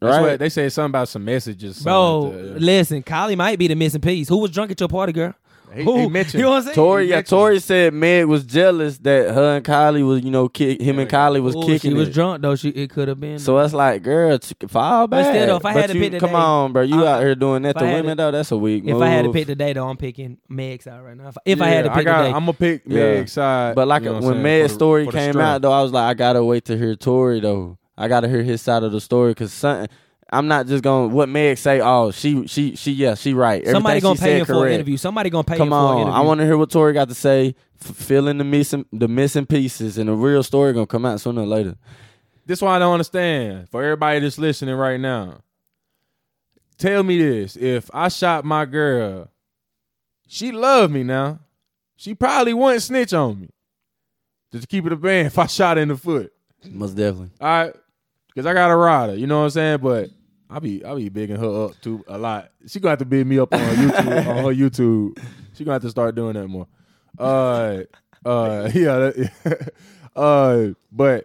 That's Right? what- they said something about some messages. something Bro, like that, yeah. listen, Kylie might be the missing piece. Who was drunk at your party, girl? He- Who? he mentioned you know what I'm saying? Tori, yeah, mentioned- Tori said Meg was jealous that her and Kylie was, you know, kick, him and Kylie was Ooh, kicking. She was it. drunk though. She it could have been. So it's like, girl, t- fall But back. still, though, if I had But to you- pick the come day, on, bro, you I- out here doing that if to I had women to- though. That's a weak if move. I had to pick the day, though, I'm picking Meg's out right now. If, if I had to Yeah, pick got, the day, I'm gonna pick Yeah. Meg's side. but like you know what I'm when saying, Meg's for the- story for the came strength. out though, I was like, I gotta wait to hear Tori though. I gotta hear his side of the story because something. I'm not just gonna what Meg say. Oh, she she she yeah she right. Everything somebody gonna she pay said him correct. for an interview. Somebody gonna pay him Come for an on, interview. I want to hear what Tori got to say. F- fill in the missing the missing pieces, and the real story gonna come out sooner or later. This why I don't understand. For everybody that's listening right now, tell me this: if I shot my girl, she loved me now. She probably wouldn't snitch on me. Just keep it a band. If I shot her in the foot, Most definitely. all right, because I got a rider. You know what I'm saying? But I be I be bigging her up too a lot. She gonna have to big me up on her YouTube. on her YouTube, she gonna have to start doing that more. Uh, uh, yeah, that, uh, but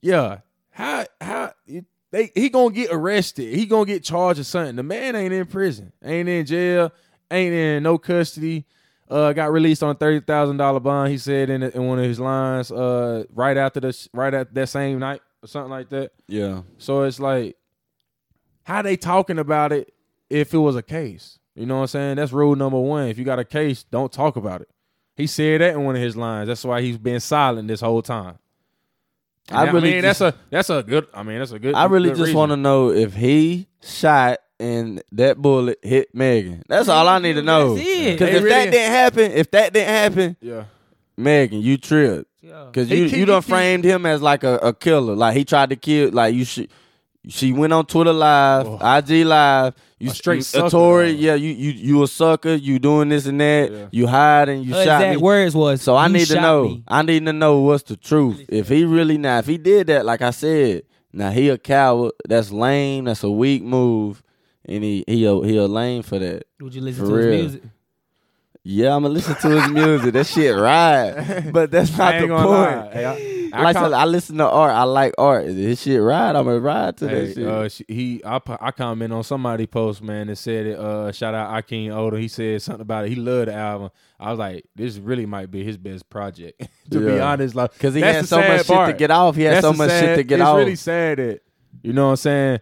yeah, how how you- they he gonna get arrested? He gonna get charged or something? The man ain't in prison, ain't in jail, ain't in no custody. Uh, got released on thirty thousand dollar bond. He said in, in one of his lines, uh, right after the right at that same night or something like that. Yeah. So it's like, how they talking about it if it was a case? You know what I'm saying? That's rule number one. If you got a case, don't talk about it. He said that in one of his lines. That's why he's been silent this whole time. I, I really really mean, that's a that's a good. I mean, that's a good. I really good just reason. want to know if he shot and that bullet hit Megan. That's all I need to know. That's it. Because They if really- that didn't happen, if that didn't happen, Yeah, Megan, you tripped. Yeah. Because He you keep- you done he keep- framed him as like a, a killer. Like he tried to kill. Like you should. She went on Twitter live, IG live. You A straight you- sucker, a Tory. dog. Yeah, you you you a sucker. You doing this and that. Yeah. You hiding. You Her shot exact me. words was. So I "You need to shot know. me." I need to know what's the truth. If he really now, if he did that, like I said, now he a coward. That's lame. That's a weak move, and he he a, he a lame for that. Would you listen For to his real. music? Yeah, I'ma listen to his music. that shit ride, but that's I not ain't the gonna lie. point. Hey, I- I like I, com- said, I listen to art. I like art. Is his shit ride? I'ma ride to that Hey, shit. uh, she, he, I, po- I comment on somebody post man that said it. Uh, shout out Akeem Oda. He said something about it. He loved the album. I was like, this really might be his best project. to be Yeah. honest, like 'Cause he that's had the so much sad shit to part. get off. He had That's so the much shit sad- to get it's off. really sad that you know what I'm saying.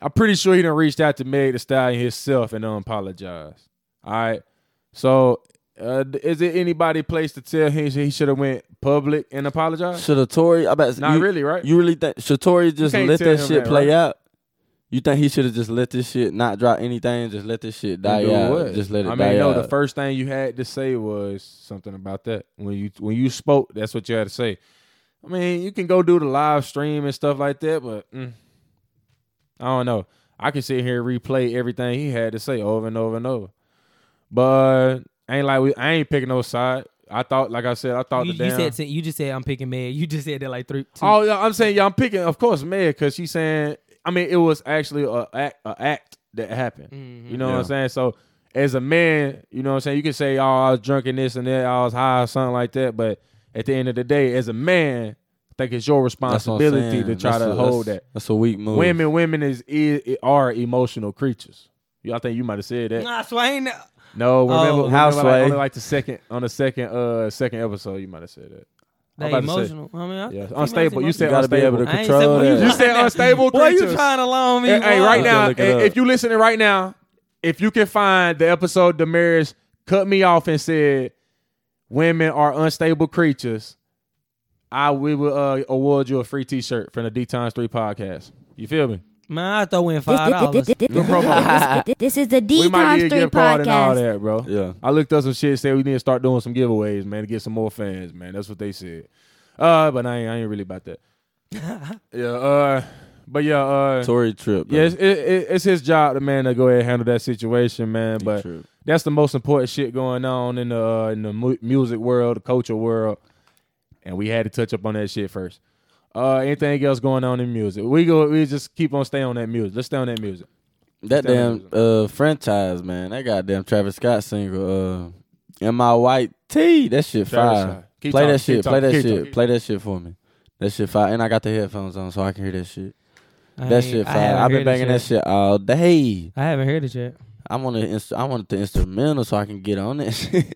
I'm pretty sure he done reached out to Meg the Stallion himself and done apologized. All right, so. Uh, d- is there anybody place to tell him he should have went public and apologized? Should a Tory? I bet Not you- really, right? You really think should Tory just can't let tell that him shit that, play right? out? You think he should have just let this shit not drop anything? Just let this shit die And do out. what? Just let it I mean, die no. out. The first thing you had to say was something about that when you when you spoke. That's what you had to say. I mean, you can go do the live stream and stuff like that, but mm, I don't know. I can sit here and replay everything he had to say over and over and over. But ain't like we. I ain't picking no side. I thought, like I said, I thought You, the you damn. said you just said I'm picking Meg. You just said that like three. two- Oh, yeah, I'm saying, yeah, I'm picking, of course, Meg, because she's saying, I mean, it was actually a act, a act that happened. You know what I'm saying? So, as a man, you know what I'm saying? You can say, oh, I was drunk and this and that, I was high or something like that. But at the end of the day, as a man, I think it's your That's what I'm responsibility saying. to try That's to a- hold that's- that. That's a weak move. Women, women is, is are emotional creatures. Yeah, I think you might have said that. Nah, so I ain't. No, remember, remember Oh, House like, sway. only like the second on the second uh second episode, you might have said that. They about to say- emotional. I mean, I, Yeah, females unstable. You emotional. said You gotta be unstable. able to I ain't control saying- that. You said unstable Boy, you creatures. trying to loan me? Hey, hey, boy. right gotta now, look it i- up. if you listening right now, if you can find the episode Damaris cut me off and said women are unstable creatures, I we will uh, award you a free T-shirt from the D Times Three podcast. You feel me? Man, I throw in This- five dollars. this- this- this- promo. this- This is the D we might need times a three gift card and all podcast. that, bro. Yeah. I looked up some shit. Said we need to start doing some giveaways, man, to get some more fans, man. That's what they said. Uh, but I ain't, I ain't really about that. yeah. Uh, but yeah. Uh, Tory trip. yeah, it's, it, it, it's his job, the man, to go ahead and handle that situation, man. But true. that's the most important shit going on in the uh, in the mu- music world, the culture world, and we had to touch up on that shit first. Uh, anything else going on in music? We go, we just keep on staying on that music. Let's stay on that music. That damn uh, franchise, man. That goddamn Travis Scott single. Uh, and my white tee. That shit Travis fire. Scott. Keep Play talking, that shit. keep Play that talking, shit. keep talking. Play that shit for me. That shit fire. And I got the headphones on, so I can hear that shit. That shit fire. I've been banging that shit all day. I haven't heard it yet. I want to. Inst- I want the instrumental so I can get on that shit.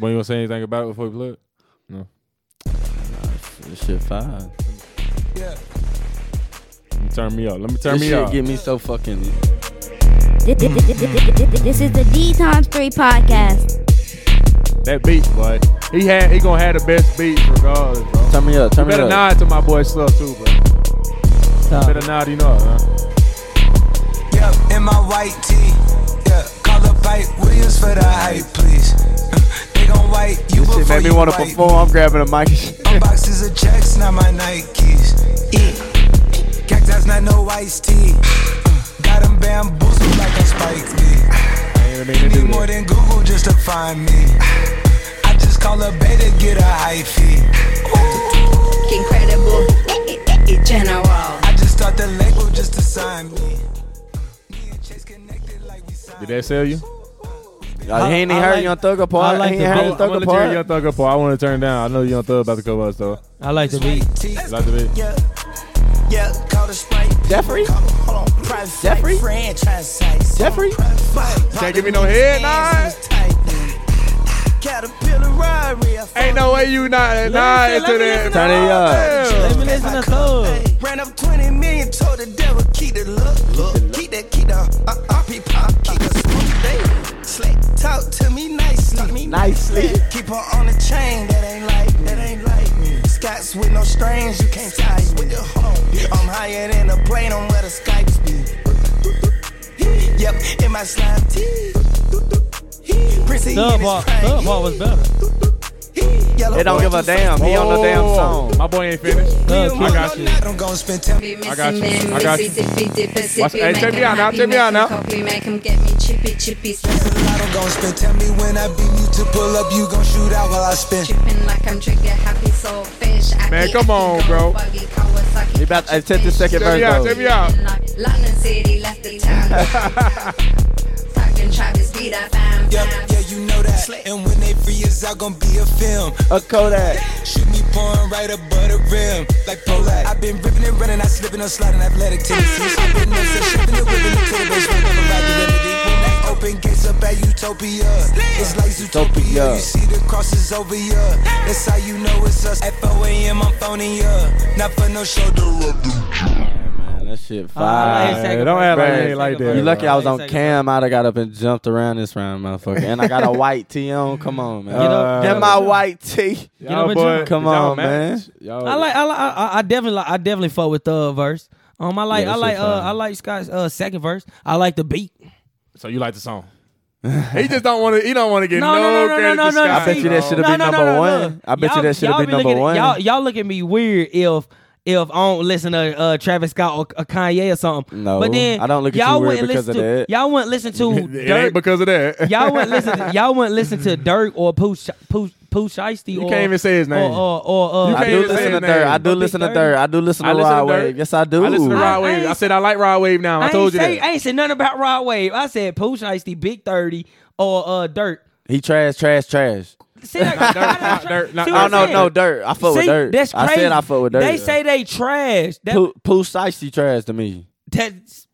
When you gonna say anything about it before we play it? this shit fire. You turn me up. Let me turn This me shit up. get me so fucking. This- this- this- this- this- This is the D times three podcast. that beat, boy. He had he gonna have the best beat regardless, bro. Turn me up. Turn me Better up. nod to my boy Sluff too, bro. Stop. Better nod, you know. Huh? Yeah, in my white tee. Yeah, call up Ike Williams for the hype, please. They gon' white you This shit before made me you want to white perform. Oh, I'm grabbing a mic. and shit. My boxes of checks, not my Nikes. Yeah. Cacti's not no iced tea. Got them bamboozled like I Spike Lee. I ain't mean to Need do more that. than Google just to find me. I just call a beta, get a high fee. Incredible. General. I just start the label just to sign me. Me and Chase connected like we signed. Did that sell you? Y'all, Uh, he ain't I even heard like- Young Thug apart. I like He ain't the heard beat. Young I'm Thug gonna let you Young apart. Thug apart. I want to turn it down. I know Young Thug about to cover us though. I like the beat. White tee. Like the beat. Yeah. Yeah, call the sprite. Jeffrey? Call it- hold on, private flight, Jeffrey? franchise sites. Jeffrey? Private flight, Can't give me Robin no head, Hood's nah. hands is tight, nigga. Caterpillar robbery. I Ain't no way you not nah see, into let that. me listen Turn it up. Let me listen to Thug. Ran up 20 million, told the devil, keep the look, look. Keep that, keep the uh, RP pop, keep the smoke, baby. Slick, talk to me nicely. Me Nicely. Keep her on the chain, that ain't like, that ain't like me. Scots with no strings, you can't tie me. with the home. I'm higher than a plane, I'm where the Skypes be. Yep, in my slime tee. Prince E in Thug his part, prime. Thug part was better. Yellow They don't give a boy, damn. He on the damn Oh, song. My boy ain't finished. Thug I killed got that you. shit. I'm gonna spend 10 I got you. I got you. Watch- hey, Hey, check me out now, check me out now. Make him get me chippy, chippy, slap. I don't gon' spend. Tell me when I beat you to pull up, you gon' shoot out while I spin. Chipping like I'm trigger happy, so fish. I Man, eat, come I on, go bro. buggy, Kawasaki, He about to catch a take the fish. second Check verse me out. Check though. me out. London City left the town. Talking Travis Beat, I found. Yep, found. yeah, you know that. And when they free us out, gon' be a film. Uh, A Kodak. Shoot me pouring right above the rim, like Polak. I've been ripping and running, I slipping on sliding athletic tendencies. I've been up, so shipping and ripping until the base run over the remedy. When they open gates up at Utopia, it's like Zootopia. Utopia. You see the cross is over ya. That's how you know it's us. At 4 a.m., I'm phoning ya. Not for no shoulder rub. Man, that shit I like fire. second don't act verse. like it ain't like Second that, verse. You lucky I was on Second cam. I'd have got up and jumped around this round, motherfucker. And I got a white tee on. Come on, man. verse. Get up, get That up my and jump. white tee. Get up and jump. Come y'all on, match. man. Y'all- I like I like I, I definitely like, I definitely fuck with Thug verse. Um, I like Yeah, that I like shit uh fire. I like Scott's uh second verse. I like the beat. So you like the song? he just don't want to. He don't want to get No, no, no, no, no, credit no, to no, no, Scott. I bet you that see, should have been number one. I bet you Y'all- that should y'all have been be number looking at- one. Y'all, y'all look at me weird if if I don't listen to uh, Travis Scott or, or Kanye or something. No, but then I don't look at you y'all weird wouldn't because listen of to that. y'all wouldn't listen to It ain't Dirk. because of that. y'all wouldn't listen. To, y'all wouldn't listen to Dirk or Pooh Sh- Pooh Pooh Shiesty. You or, can't even say his name. Or or, or, uh, You I can't do even say listen to his Dirt. name. I do Big listen to Dirty. Dirt. I do listen I to listen to Rod Dirt. Wave. Yes, I do. I listen to Rod I Wave. ain't- I said I like Rod Wave now. I, I, told ain't you say, that. I ain't said nothing about Rod Wave. I said Pooh Shiesty, Big Thirty, or uh, Dirk. He trash, trash, trash. See, that, not Dirk, not- See what Oh I'm no, saying? no Dirt. I fuck See, with Dirt. that's crazy. I said I fuck with Dirt. They say they trash. That, Pooh Pooh Shiesty trash to me. that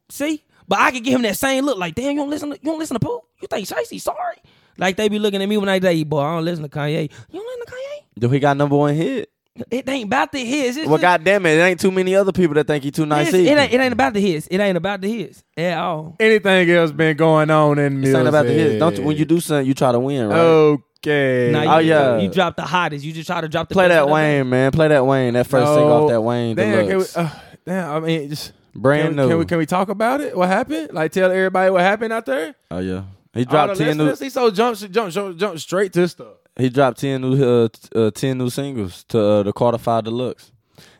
see, but I could give him that same look. Like, damn, you don't listen. To, you don't listen to Pooh. You think Shicey sorry? Like they be looking at me when I say, boy, I don't listen to Kanye. You don't listen to Kanye? Do he got number one hit? It ain't about the hits. It's Well, just- goddamn it, it ain't too many other people that think he too nice. it's- either. it ain't. It ain't about the hits. It ain't about the hits at all. Anything else been going on in It's music? ain't about the hits. Don't you, when you do something, you try to win, right? Oh. Okay. Now, you, Oh, yeah. you drop the hottest. You just try to drop the Play best that of the best. Wayne, man. Play that Wayne. That first single off that Wayne Damn, can we- deluxe. uh, damn, I mean, just Can, Brand new. we- can we can we talk about it? What happened? Like tell everybody what happened out there. oh yeah. He All dropped the ten new. listeners, He so jump jump jump jump straight to stuff. He dropped ten new uh, t- uh ten new singles to uh, the Carter Five Deluxe.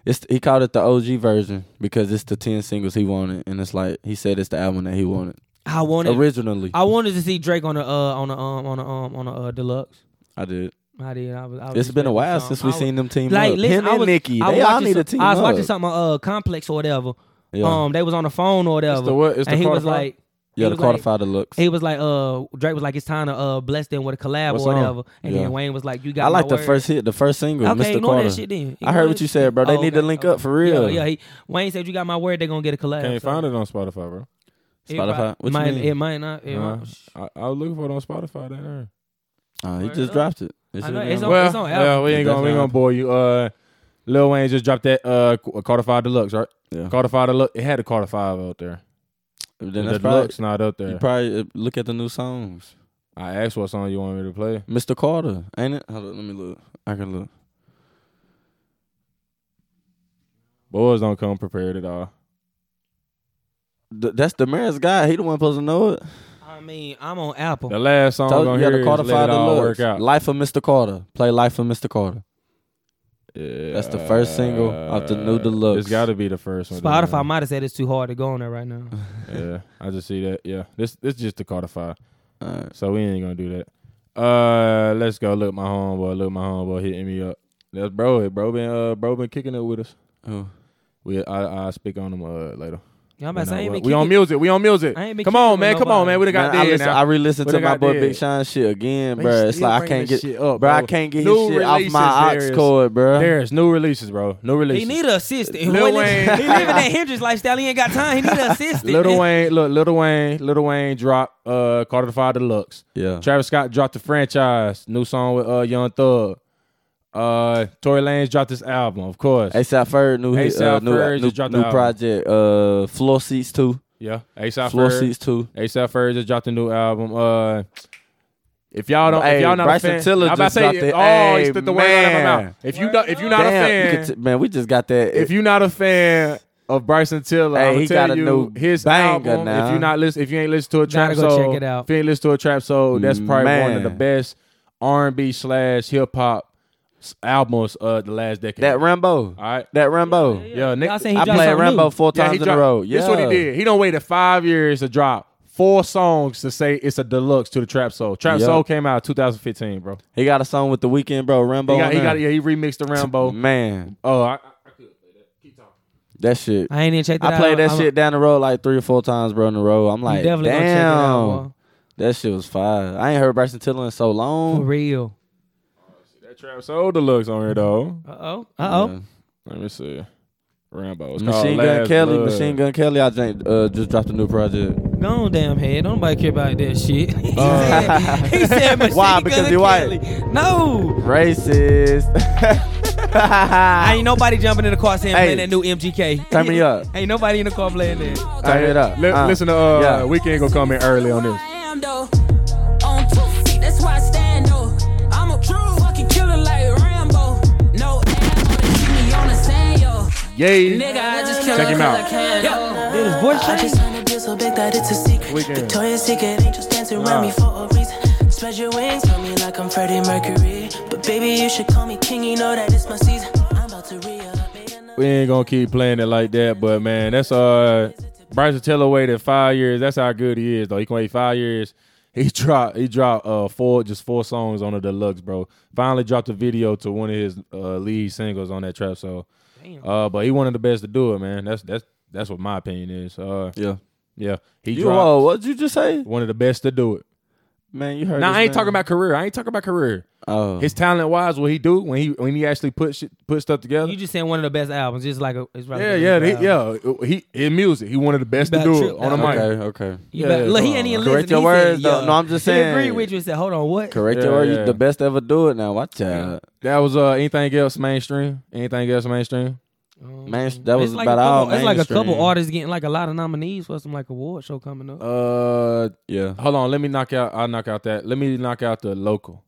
It's he called it the OG version because it's the ten singles he wanted, and it's like he said it's the album that he wanted I wanted originally. I wanted to see Drake on the uh on the um on the um on the uh deluxe. I did. I did. I was, I was It's been expecting a while something. since I we was- seen them team Like up. listen, Him I and was, Nikki, I was they all watching need a some- team I was up. watching something on uh, Complex or whatever. Yeah. Um, they was on the phone or whatever. the what? It's the and he quarter was final? like, he yeah, the was like- Carter Five Deluxe. He was like, uh, Drake was like, it's time to uh bless them with a collab What or song? whatever. And Yeah. then Wayne was like, you got. I like my the word. first hit, the first single, Okay, Mr. ignore Carter. that shit then. I heard Ignore what that you shit. said, bro. They Oh, need to okay, link okay. up for real. Yeah, yeah. He, Wayne said, you got my word. They're gonna get a collab. Can't so find it on Spotify, bro. probably- Spotify? What you might, mean? Uh-huh. It might not. It Nah, might- I, I was looking for it on Spotify. That earned. Uh, he Word just up. dropped it. I in know, there. it's on- Well, Apple. yeah, we ain't That's gonna we ain't not- gonna bore you. Uh, Lil Wayne just dropped that uh Qu- Carter Five Deluxe, right? Yeah. Carter Five Deluxe. It had a Carter Five out there. Then the that's probably, Deluxe not up there. you probably uh, look at the new songs. I asked what song you want me to play. Mr. Carter, ain't it? Hold on, let me look. I can look. Boys don't come prepared at all. Th- that's the mayor's guy. He the one supposed to know it. I mean, I'm on Apple. The last song Told I'm you, gonna yeah, hear the is Carter let Five it all work Deluxe. out. Life of Mr. Carter. Play Life of Mr. Carter. Yeah, uh, That's the first single off the new Deluxe. It's got to be the first one. Spotify might have said it's too hard to go on there right now. Yeah, I just see that. Yeah, this this just the Carter Five. All right. So we ain't gonna do that. Uh, let's go. Look, my homeboy. Look, my homeboy hitting me up. That's bro. Bro been uh bro been kicking it with us. Who? We I I speak on them uh later. Y'all about to say I ain't been we on kicking- music. We on music. I ain't been Come kicking on, with man. Come on, nobody. man. We done got Man, I, dead listen, now. I re-listened But to they my got boy dead. Big Sean shit again, Man, bro. you It's still like I bring can't this get, shit up, bro. I bro. can't get New his shit off releases, my there ox is- cord, bro. There's new releases, bro. New He releases. need an assistant. He Lil living- Wayne- he living that Hendrix lifestyle. He ain't got time. He need an assistant. Little Wayne, look, Little Wayne, Little Wayne dropped uh Carter the Five Deluxe. Yeah. Travis Scott dropped the franchise, new song with uh Young Thug. Uh Tory Lanez dropped this album, of course. ASAP Ferg new hit, uh, A$AP new, Ferg new, just dropped new the album. project. Uh, floor seats too. yeah, ASAP Floor Ferg. seats too. ASAP Ferg just dropped a new album. Uh if y'all don't, Hey, if y'all not Bryson a fan, Tiller I'm about just to say, dropped it. oh, he Hey, spit the word right out of my man. mouth. If you don't, if you're not Damn, a you fan, could t- man, we just got that. if you're not a fan of Bryson Tiller, Hey, I'm he tell got a you new his banger album. now. If you not listen, if you ain't listen to a trap Gotta go soul, check it out. if you ain't listen to a trap soul, that's probably one Mm, Man. of the best R&B slash hip hop s- albums of the last decade. that Rambo, All right. that Rambo, Yeah, Nick, Y'all saying he I dropped played something Rambo new. four yeah, times he in dropped- a row. This what he Yeah. did. He don't waited five years to drop four songs to say it's a deluxe to the trap soul. Trap Yeah. soul came out in 2015, bro. He got a song with the weekend, bro. Rambo, He got, he on got, there. yeah, he remixed the Rambo. Man, Oh, I, I could play that. Keep talking. that shit. I ain't even checked that I out. played that I'm- shit down the road like three or four times, bro, in a row. I'm You like, definitely gonna check it out, damn, boy. that shit was fire. I ain't heard Bryson Tiller in so For long. real. That trap soul deluxe on here though. Uh oh. Uh oh. Yeah. Let me see. Rambo. It's called Machine Gun Oh, Last Kelly, Blood. Machine Gun Kelly. I think uh, just dropped a new project. Go on, damn head. Don't nobody care about that shit. he, said, he said machine Uh. Why? Because gun he white. Kelly. No. Racist. Ain't nobody jumping in the car saying Hey. playing that new MGK. Turn me up. Ain't nobody in the car playing that. Turn it up. Li- Uh, listen to uh, yeah. Weekend gonna come in early on this. I am though. On two feet, that's why I stand though. I'm a true fucking killer like Rambo. No ammo, they see me on the sand, yo. Yay! Nigga, I just kill Check her him 'cause out. I can. Yeah. Did his voice I change? just signed a deal so big that it's a secret. Weekend. Victoria's Secret angels dancing around me for a reason. Spread your wings on me like I'm Freddie Mercury. But baby, you should call me king. You know that it's my season. I'm about to re-up. Made another- We ain't gonna keep playing it like that, but man, that's uh Bryson Tiller waited five years. That's how good he is, though. He can wait five years. He dropped he dropped uh four just four songs on the deluxe, bro. Finally dropped a video to one of his uh lead singles on that trap. So, uh, but he one of the best to do it, man. That's that's that's what my opinion is. Uh, Yeah. yeah, he You uh, dropped whoa, what'd you just say? one of the best to do it. Man, you heard Now this I ain't man. talking about career. I ain't talking about career. oh. His talent wise, what he do when he when he actually put shit, put stuff together. You just saying one of the best albums. Just like a, it's right yeah, yeah, he, yeah. Uh, He in music, he one of the best to About do trip it on the down. mic. Okay, okay. You Yeah, better, yeah, uh, look, he come ain't even on. listen. Correct your he words, said, though. yeah. No, I'm just He saying. agreed with you and said, hold on, what? Correct Yeah, your word. yeah. You the best ever do it now. Watch out. That was uh anything else mainstream? Anything else mainstream? Man, that was Um, it's like about a couple, all. It's like a couple mainstream. artists getting like a lot of nominees for some like award show coming up. Uh, Yeah. hold on. Let me knock out. I'll knock out that. Let me knock out the local.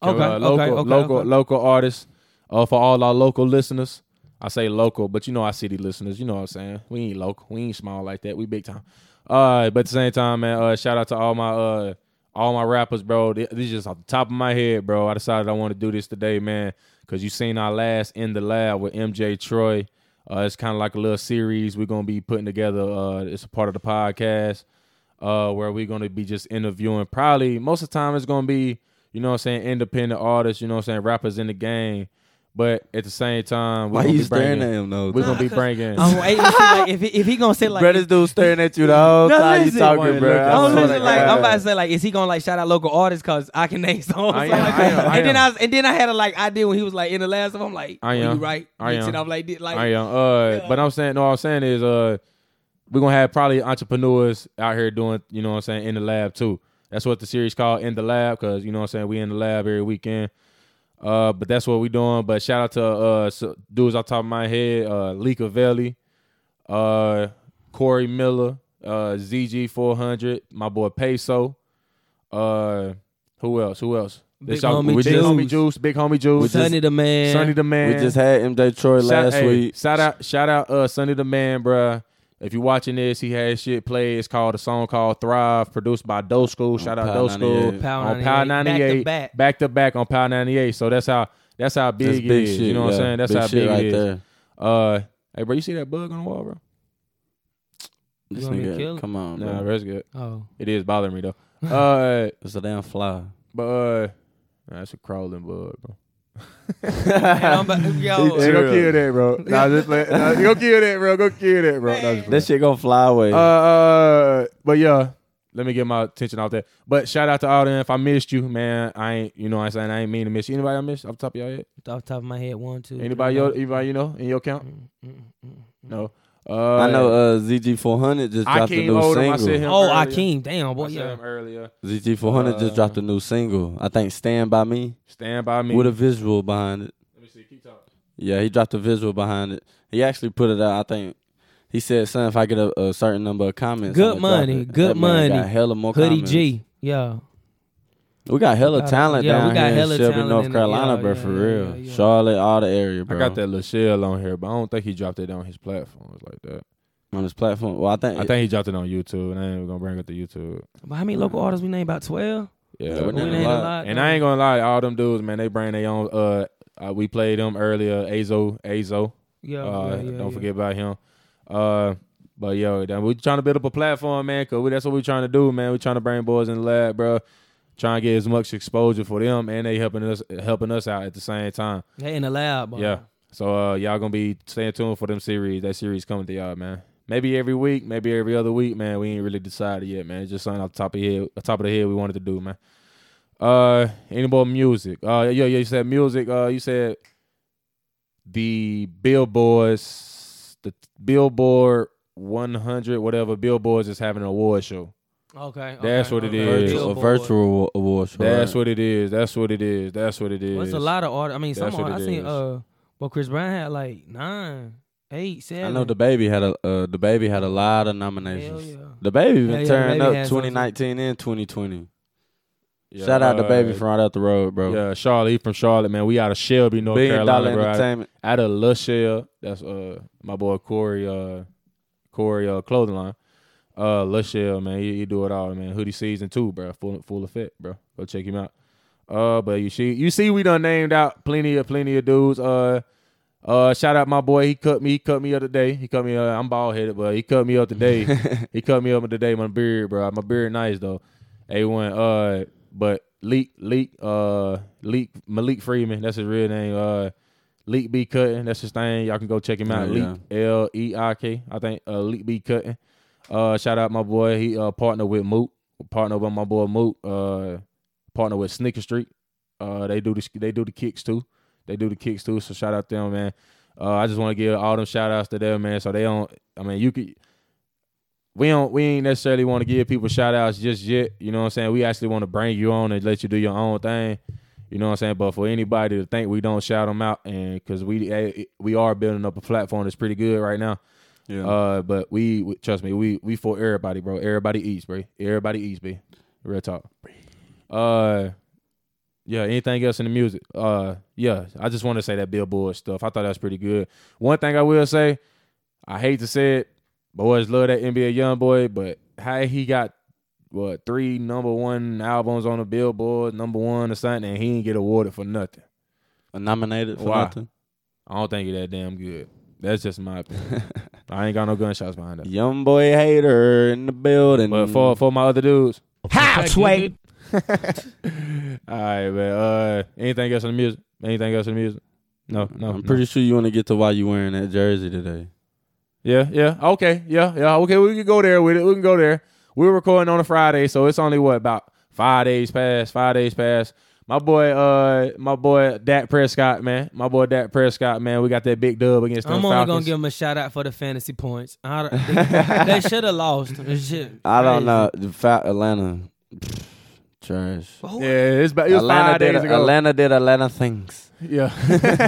Okay, uh, okay, local, okay, local, okay. local artists. Uh, for all our local listeners, I say local, but you know our city listeners. You know what I'm saying. We ain't local. We ain't small like that. We big time. Uh, but at the same time, man. Uh, shout out to all my uh all my rappers, bro. Th- This is just off the top of my head, bro. I decided I want to do this today, man, because you seen our last in the lab with MJ Troy. Uh, it's kind of like a little series we're gonna be putting together. Uh, it's a part of the podcast uh, where we're going to be just interviewing. Probably most of the time it's going to be, you know what I'm saying, independent artists, you know what I'm saying, rappers in the game. But at the same time, we're Why gonna you be bringing, staring at him though? We're going to be bringing. I'm waiting to see, like, if he, if he gonna say like, bro, this dude staring at you the whole No, time you listen. talking, bro. I I was swear to listening, like, God. I'm about to say like, is he gonna like shout out local artists? Cause I can name songs. I am, Like, I am, I and am. then I was, and then I had a like idea when he was like in the last of. I'm like, I well, am. you right? I Mix am. it up like this, like I am. Uh, But I'm saying, no, I'm saying is uh, we're going to have probably entrepreneurs out here doing, you know what I'm saying, in the lab too. That's what the series called In the Lab because, you know what I'm saying, we in the lab every weekend. Uh, but that's what we doing. But shout out to uh, so dudes off the top of my head, uh, Lika Valley, uh, Corey Miller, uh, ZG400, my boy Peso. Uh, who else? Who else? Big It's y'all- homie we just- Juice. homie Juice, Big Homie Juice, Sonny the man. Sonny the Man. We just had MJ Troy Shout- last hey, week. Shout out, shout out, uh, Sonny the Man, bruh. If you're watching this, he has shit played. It's called a song called Thrive, produced by Doe School. Shout out Power Doe School 98. Power on Power 98, back to 98, back. back to back on Power 98. So that's how that's how big That's it is. you know what I'm yeah. saying? That's Big how shit big right it is. there. Uh, hey, bro, you see that bug on the wall, bro? This want me to kill nigga, it? come on, Nah, bro. bro, that's good. Oh, It is bothering me though. uh, It's a damn fly. but uh, nah, that's a crawling bug, bro. I'm about, yo, Hey, go kill that, bro. Nah, just go kill that, bro. Go kill that, bro. That shit gonna fly away. Uh, but yeah, let me get my attention off that. But shout out to all them. If I missed you, man, I ain't. You know, what I'm saying I ain't mean to miss you. Anybody I missed off the top of your head? off the top of my head, one, two. three, Anybody, four. yo, anybody you know in your count? No. Mm-hmm. Uh, I know uh, ZG400 just I dropped a came new hold him. I single. said him. Oh, earlier. Akeem, damn boy, I said yeah. him earlier. ZG400 Uh, just dropped a new single. I think Stand By Me Stand by me. with a visual behind it. Let me see. Keep talking. Yeah, he dropped a visual behind it. He actually put it out, I think. He said, son, if I get a, a certain number of comments. Good I'ma drop money, it." good That man money. Got hella more Hoodie comments. G, yeah. We got hella Got a- talent yeah, we down got here hella in Shelby, talent North in the- Carolina, yeah, bro, yeah, for yeah, real. yeah, yeah. Charlotte, all the area, bro. I got that little shell on here, but I don't think he dropped it on his platforms like that. On this platform. Well, I think. I think he dropped it on YouTube, and I ain't gonna bring it to YouTube. But how many local artists we named? About twelve. Yeah, Yeah, we're we We Ain't a named a lot. lot. And though. I ain't gonna lie, all them dudes, man, they bring their own. Uh, uh, we played them earlier. Azo, Azo. Yeah, Uh, Oh, yeah, don't yeah, yeah. forget about him. Uh, but yo, that- we trying to build up a platform, man, cause we, that's what we trying to do, man. We trying to bring boys in the lab, bro. Trying to get as much exposure for them, and they helping us helping us out at the same time. They in the lab, boy. Yeah. So uh, y'all gonna be staying tuned for them series. That series coming to y'all, man. Maybe every week, maybe every other week, man. We ain't really decided yet, man. It's just something off the top of head, top of the head we wanted to do, man. Uh, any more music? Uh, yeah, yeah. You said music. Uh, you said the billboards, the Billboard 100, whatever. Billboards is having an award show. Okay, That's okay, what it okay. is. virtual, a Billboard. virtual award show. That's right? what it is. That's what it is. That's what it is. Well, it's a lot of artists. I mean, some That's what artists. I it seen. is. Uh, well, Chris Brown had like nine, eight, seven. I know the baby had a uh, the baby had a lot of nominations. Hell yeah. The baby been Hell yeah, tearing DaBaby had up some. 2019 and 2020. Yeah, Shout out to uh, baby from right out the road, bro. Yeah, Charlotte. He from Charlotte, man. We out of Shelby, North Billion dollar Carolina, bro. Out- entertainment. Out of Lushell. That's uh my boy Corey, uh Corey uh clothing line. Uh Lushell, man. He, he do it all, man. Hoodie season two, bro. Full full effect, bro. Go check him out. Uh but you see you see we done named out plenty of plenty of dudes. Uh uh, shout out my boy. He cut me. He cut me up today. He cut me. Up. I'm bald headed, but he cut me up today. he cut me up today. My beard, bro. My beard nice though. A one. Uh, but leak, leak. Uh, leak. Malik Freeman. That's his real name. Uh, leak B cutting. That's his thing. Y'all can go check him out. Oh, yeah. Leak L E I K. I think. Uh, leak B cutting. Uh, shout out my boy. He uh partner with Moot. Partner with my boy Moot. Uh, partner with Sneaker Street. Uh, they do the they do the kicks too. They do the kicks too. So shout out to them, man. Uh, I just want to give all them shout outs to them, man. So they don't. I mean, you could. We don't. We ain't necessarily want to give people shout outs just yet. You know what I'm saying? We actually want to bring you on and let you do your own thing. You know what I'm saying? But for anybody to think we don't shout them out, and because we eh, we are building up a platform that's pretty good right now. Yeah. Uh, but we we- trust me, we we for everybody, bro. Everybody eats, bro. Everybody eats, b. Real talk. Uh, Yeah, anything else in the music? Uh, yeah, I just want to say that Billboard stuff. I thought that was pretty good. One thing I will say, I hate to say it, boys love that NBA young boy, but how he got what three number one albums on the Billboard, number one or something, and he didn't get awarded for nothing. Nominated for Why? nothing. I don't think he that damn good. That's just my opinion. I ain't got no gunshots behind that. Young boy hater in the building. But for for my other dudes, How Sway? all right, man. Uh, anything else in the music? Anything else in the music? No, no. I'm no. pretty sure you want to get to why you wearing that jersey today. Yeah, yeah. Okay, yeah, yeah. Okay, we can go there with it. We can go there. We were recording on a Friday, so it's only what about five days past. Five days past. My boy, uh, my boy Dak Prescott, man. My boy Dak Prescott, man. We got that big dub against them I'm only Falcons. gonna give him a shout out for the fantasy points. I don't- they should have lost. Shit. I don't Crazy. know. The fat Atlanta. Trash. But who- yeah, it's about it was Atlanta five did, days ago. Atlanta did Atlanta things. Yeah,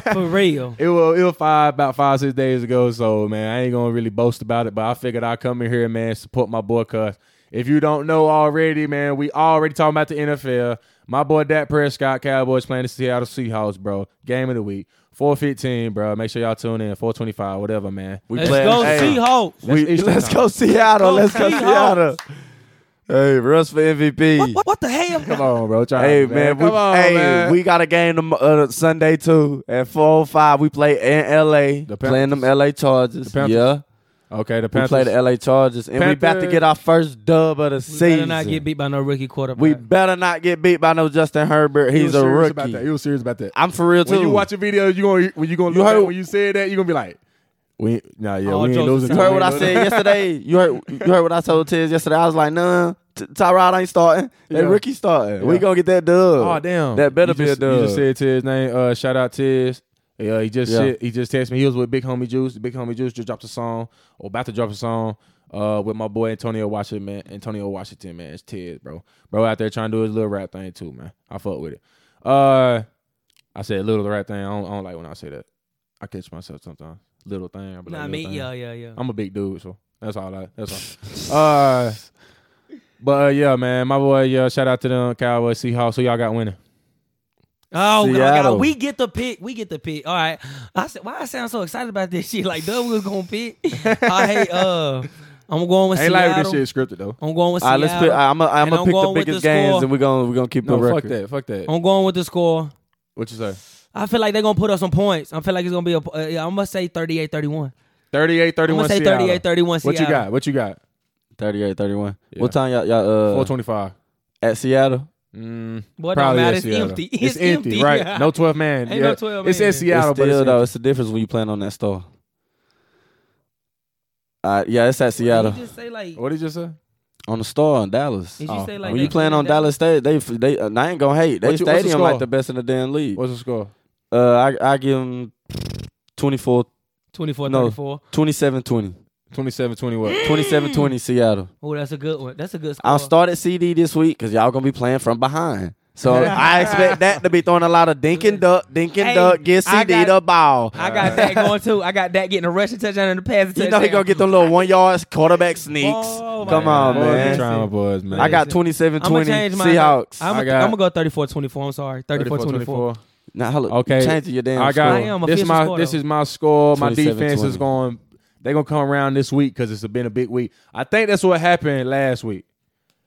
For real. it was it was five about five six days ago. So man, I ain't gonna really boast about it, but I figured I'd come in here, man, support my boy. Cause if you don't know already, man, we already talking about the NFL. My boy Dak Prescott, Cowboys playing the Seattle Seahawks, bro. Game of the week, four fifteen, bro. Make sure y'all tune in, four twenty five, whatever, man. We Let's play- go Hey. Seahawks. we- let's go Seattle. Go let's go Seattle. Seahawks. Hey, Russ for MVP. What, what, what the hell? come on, bro. Try, Hey man, man, we, come on, hey, man. we got a game tom- uh, Sunday too at four oh five. We play in LA, The playing them LA Chargers. The Panthers. yeah, okay, the we Panthers. play the LA Chargers, and we about to Panthers. get our first dub of the We season. better not get beat by no rookie quarterback. We better not get beat by no Justin Herbert. You He's was a serious rookie. About that. You was serious about that. I'm for real too. when you watch a video, you gonna when you gonna You look heard- at when you said that, you gonna be like, we ain't- nah, yeah, All we ain't jokes losing. You aside. heard what I said yesterday. You heard you heard what I told Tiz yesterday. I was like, nah, T- Tyrod ain't starting. That Yeah. rookie starting. We Yeah. gonna get that dub. Oh damn, That better you be just, a dub. You just said Tiz name. Uh, shout out Tiz. Yeah, he just Yeah. shit- he just texted me. He was with Big Homie Juice. Big Homie Juice just dropped a song or about to drop a song. Uh, with my boy Antonio Washington, man. Antonio Washington, man. It's Tiz, bro. Bro out there trying to do his little rap thing too, man. I fuck with it. Uh, I said little rap thing. I don't, I don't like when I say that. I catch myself sometimes. Little thing. I be like, Nah, little me, thing. yeah, yeah, yeah. I'm a big dude, so that's all I. That's all. uh, but uh, yeah, man, my boy. Yeah, shout out to them Cowboys, Seahawks. Who y'all got winning? Oh my Seattle. God, we get the pick. We get the pick. All right. I said, why I sound so excited about this shit? Like Doug was gonna pick. I hate. Uh, I'm going with Ain't Seattle. like this shit is scripted though. I'm going with All right, Seattle. let's uh, pick. I'm gonna I'm And gonna I'm pick the going with biggest the games, score. and we're gonna we're gonna keep No, the record. fuck that. Fuck that. I'm going with the score. What you say? I feel like they're gonna put up some points. I feel like it's gonna be a. Uh, yeah, I'm gonna say 38-31. 38 I'm 31 gonna say Seattle. 38-31. What you Seattle. got? What you got? 38, 31. Yeah. What time y'all, y'all uh, 425. at Seattle? Mm, Boy, it don't probably matter. at It's Seattle. empty. It's, empty, right? No 12 man. Ain't no 12 It's man. at Seattle, it's still but it's though, empty. it's the difference when you playing on that store. Uh, yeah, it's at Seattle You just say like. What did you say? on the store in Dallas. Did you Oh, say like when you that playing shit on that- Dallas State, they they uh, I ain't gonna hate. They What you- what's the stadium like score? the best in the damn league. What's the score? Uh, I I give them 24, 24 No. 34. 27, 20. 27 20 what? 27 20 Seattle. Oh, that's a good one. That's a good score. I'll start at CD this week because y'all gonna be playing from behind. So I expect that to be throwing a lot of dink and duck, dink and Hey, duck, get I got- CD the ball. I got that going too. I got that getting a rushing touchdown and a passing touchdown. You know he gonna get them little one yard quarterback sneaks. Oh, my Come God. on, Boys be man. trying my boys, man. I got I'm 27 gonna 20 change my Seahawks. I'm I gonna got- I'm gonna go 34 24. I'm sorry. 34 24. now, hold up. Okay. You changing your damn I score. got. I am this official my score, this though. is my score. My 27, defense 20. is going. They're gonna come around this week because it's been a big week. I think that's what happened last week.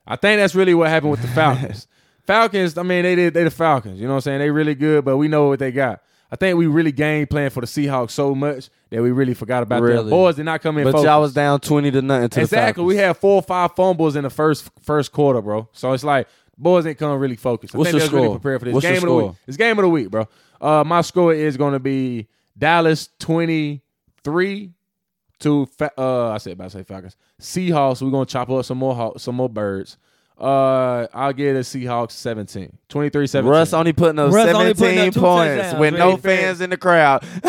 I think that's really what happened with the Falcons. Falcons. I mean, they did. They the Falcons. You know what I'm saying? They really good, but we know what they got. I think we really game plan for the Seahawks so much that we really forgot about Really. them. Boys did not come in. But focused. y'all was down 20 to nothing to exactly. the We had four or five fumbles in the first first quarter, bro. So it's like boys ain't come really focused. I What's think your they was really score? prepared for this What's your game of the week. score? It's game of the week, bro. Uh, my score is going to be Dallas twenty three to Fa- uh, I said about to say Falcons Seahawks. We're gonna chop up some more haw- some more birds. Uh, I'll get a Seahawks 17. 23-17. Russ only putting up Russ 17 only putting up two points touchdowns, with man. no fans in the crowd.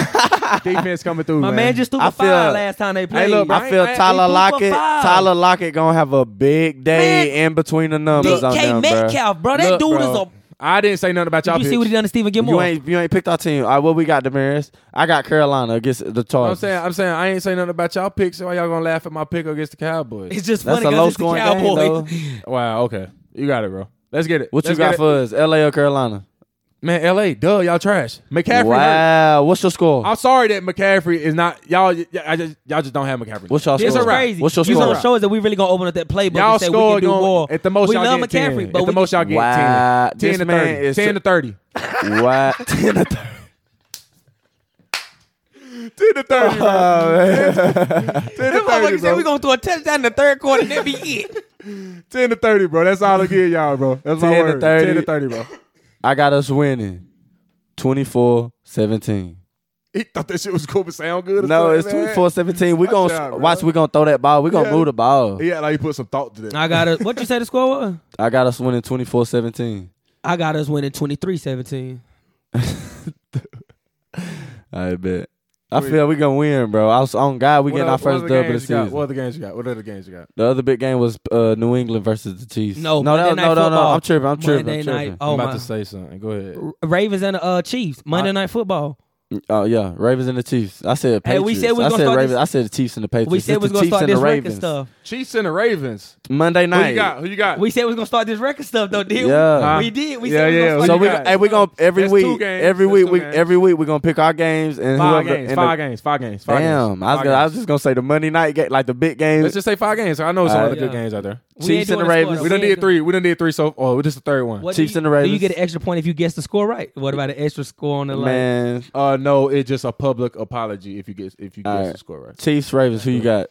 defense coming through. My man just threw I for feel- five last time they played. look, bro, I feel I- I- Tyler he threw for Lockett. five. Tyler Lockett gonna have a big day in between the numbers on DK them, bro. Metcalf, bro. That Look, dude bro, is a. I didn't say nothing about y'all. Did you see picks. what he done to Stephen Gilmore? You ain't you ain't picked our team. All right, what we got, Damaris? I got Carolina against the I'm Chargers. saying I'm saying I ain't saying nothing about y'all picks. Why y'all gonna laugh at my pick against the Cowboys? it's just That's funny a because low it's the scoring game, though. Cowboys. Wow. Okay. You got it, bro. Let's get it. What Let's you got get it. for us? LA or Carolina? Man, L.A. Duh, y'all trash. McCaffrey. hurt. Wow. What's your score? I'm sorry that McCaffrey is not y'all. y- I just y'all just don't have MCaffrey. What's y'all This score? is crazy. What's your you score? don't show us that we really gonna open up that playbook y'all and say we score can do going more. at the most? we y'all love get McCaffrey, 10. but at the we most y'all get Wow, 10, 10 this to man 30. is 10 to so- 30. Wow. 10 to 30. bro. Them motherfuckers said we gonna throw a touchdown in the third quarter and that be it. 10 to 30, bro. That's all I get, y'all, bro. That's my 10 to word. 30. 10 to 30, bro. I got us winning 24-17. He thought that shit was cool, but sound good. or No, something, it's man. 24-17. We Watch gonna out, bro. watch. We gonna throw that ball. We gonna Yeah. move the ball. Yeah, like he put some thought to that. I got us. What you say the score was? I got us winning 24-17. I got us winning 23-17. I bet. I feel we gonna win, bro. I was on God. We What getting other- our first what other dub of the games you got? season. What other games you got? What other games you got? The other big game was uh, New England versus the Chiefs. No, no, Monday that, Night no, no, no. Football. I'm tripping. I'm tripping. Monday I'm night. tripping. Oh my. say something. Go ahead. Ravens and the uh, Chiefs. Monday Night Football. Oh yeah, Ravens and the Chiefs. I said Hey, Patriots. we said we I gonna said start Ravens. this- I said the Chiefs and the Patriots. We said It's we was the gonna Chiefs start and this the record Ravens. stuff. Chiefs and the Ravens. Monday night. Who you got? Who you got? We said we was gonna start this record stuff though, did Yeah. we? Huh? We did. We Yeah, said we yeah. was So gonna Who we you start got? hey we gonna every That's two week games. every That's week two we games. every week we gonna pick our games and five whoever games. and Five the, games. Five games. Five games. Damn, I was five gonna, I was games. just gonna say the Monday night game like the big games. Let's just say five games. I know some All other right. good games out there. We ain't Chiefs and doing the score, Ravens. though. We done ain't did doing- three. We done did three. So oh, this is the third one. What do Chiefs you- and the Do you Ravens. get an extra point if you guess the score right? What about an extra score on the line? man. Uh, no, it's just a public apology if you get if you guess All the right. score right. Chiefs Ravens. Who you got?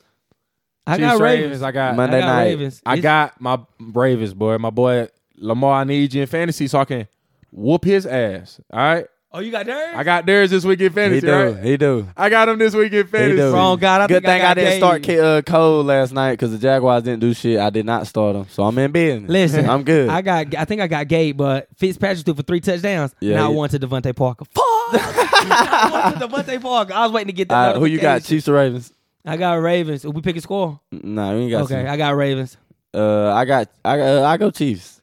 I Chiefs, got Ravens. I got Monday I got night. Ravens. I It's- got my Ravens boy. My boy Lamar. I need you in fantasy so I can whoop his ass. All right. Oh, you got Derrick? I got theirs this week in He fantasy. do. Right? He do. I got him this week in He fantasy. do. Wrong God, I Good think I thing got didn't Dave. start K- uh, Cole last night because the Jaguars didn't do shit. I did not start him, so I'm in business. Listen, I'm good. I got. I think I got Gabe, but Fitzpatrick threw for three touchdowns. Yeah, now I he- want to Devontae Parker. Fuck! I want to Devontae Parker. I was waiting to get All that. right, who you got? notification. Chiefs or Ravens? I got Ravens. We pick a score. Nah, we ain't got. okay, Chiefs. I got Ravens. Uh, I got I uh, I go Chiefs.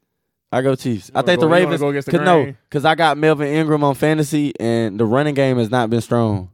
I go Chiefs. I think go- the you wanna Ravens. go against the cause no, grain? because I got Melvin Ingram on fantasy, and the running game has not been strong.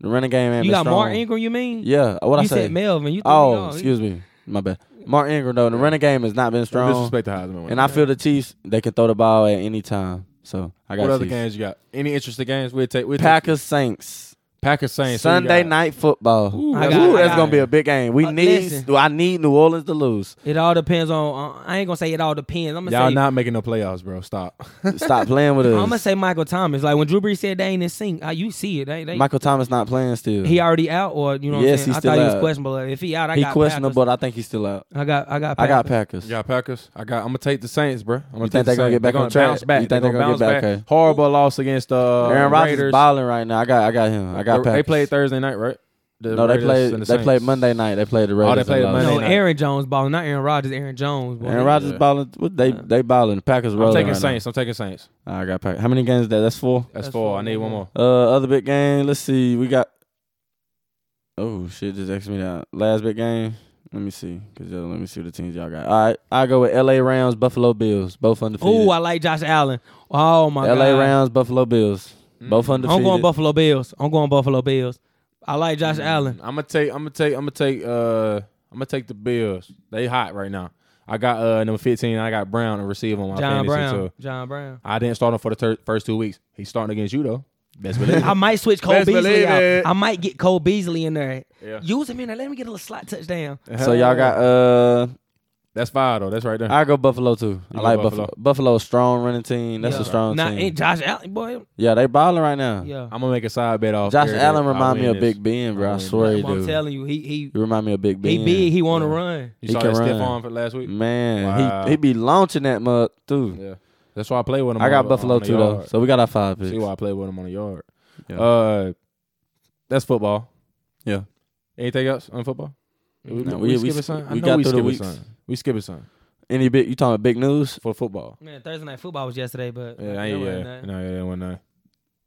The running game ain't You been got strong. Mark Ingram. You mean? Yeah, what You I said say? Melvin. You threw me oh, off. excuse me, my bad. Mark Ingram though, the running game has not been Don't strong. Disrespect the Heisman. And I feel the Chiefs they can throw the ball at any time. So I got what other Chiefs. games you got? Any interesting games? We'll take. We'll take Packers Saints Packers Saints. who you Sunday got? night football. Ooh, I got- I that's got- gonna be a big game. We Uh, need listen. I need New Orleans to lose. It all depends on. Uh, I ain't gonna say it all depends. I'm gonna Y'all say. not making no playoffs, bro. Stop. Stop playing with us. I'm gonna say Michael Thomas. Like when Drew Brees said they ain't in sync. Uh, you see it. They, they, Michael Thomas not playing still. he already out, or you know. what I'm Yes, saying? he's I thought still he was out. questionable. If he out, I he got questionable, Packers. but I think he's still out. I got. I got. I Packers. got Packers. You got Packers. I got. I'm gonna take the Saints, bro. I'm gonna You take think the they gonna Saints. get back They on gonna track? bounce back. You think they gonna bounce get back, okay. Horrible loss against uh, Aaron Rodgers Raiders. is balling right now. I got I got him. I got They Packers. played Thursday night, right? The No, they Raiders played. and the they Saints. played Monday night. They played the Raiders. they played and Monday No, lost. night. Aaron Jones balling, not Aaron Rodgers. Aaron Jones. Boy. Aaron Rodgers balling. What they they balling. The Packers I'm rolling. taking right now. Saints. I'm taking Saints. I got Packers. How many games is that? That's four. That's, That's four. four. I need one more. Uh, other big game. Let's see. We got. Oh shit! Just X me out. Last big game. Let me see. Cause uh, let me see the teams y'all got. All right, I go with L.A. Rams, Buffalo Bills, both undefeated. Oh, I like Josh Allen. Oh my god. L.A. Rams, Buffalo Bills, both undefeated. I'm going Buffalo Bills. I'm going Buffalo Bills. I like Mm, Josh Allen. I'm gonna take. I'm gonna take. I'm gonna take. Uh, I'm gonna take the Bills. They hot right now. I got uh number 15. I got Brown to receive on my John fantasy Brown. too. John Brown. I didn't start him for the ter- first two weeks. He's starting against you though. Best believe. it. I might switch Cole Best Beasley believe out. it. I might get Cole Beasley in there. Yeah. Use him in there. Let me get a little slot touchdown. So y'all got. Uh, That's five though. That's right there. I go Buffalo too. I go like Buffalo. Buffalo. Buffalo's strong running team. That's a strong Not team. ain't Josh Allen, boy. yeah, they balling right now. Yeah. I'm gonna make a side bet off. Josh here that Allen I remind me win of this. Big Ben, bro. I, win swear he I'm do. telling you, he he He remind me of Big Ben. he big. He want to run. You He saw can that stiff run. Mm. arm for last week. Man, Wow. he he be launching that mug too. Yeah, that's why I play with him. I on got the- Buffalo on the too though, yard. so we got our five picks. See why I play with him on the yard. Yeah. Uh, that's football. Yeah. Anything else on football? We, No, we, we- skip we- a sign. I we know got we through the skip a weeks. sign. We skip a sign Any big you talking about big news? for football. Man, Thursday night football was yesterday, but Yeah, I that ain't, wasn't yeah, nothing. no, yeah, that wasn't none.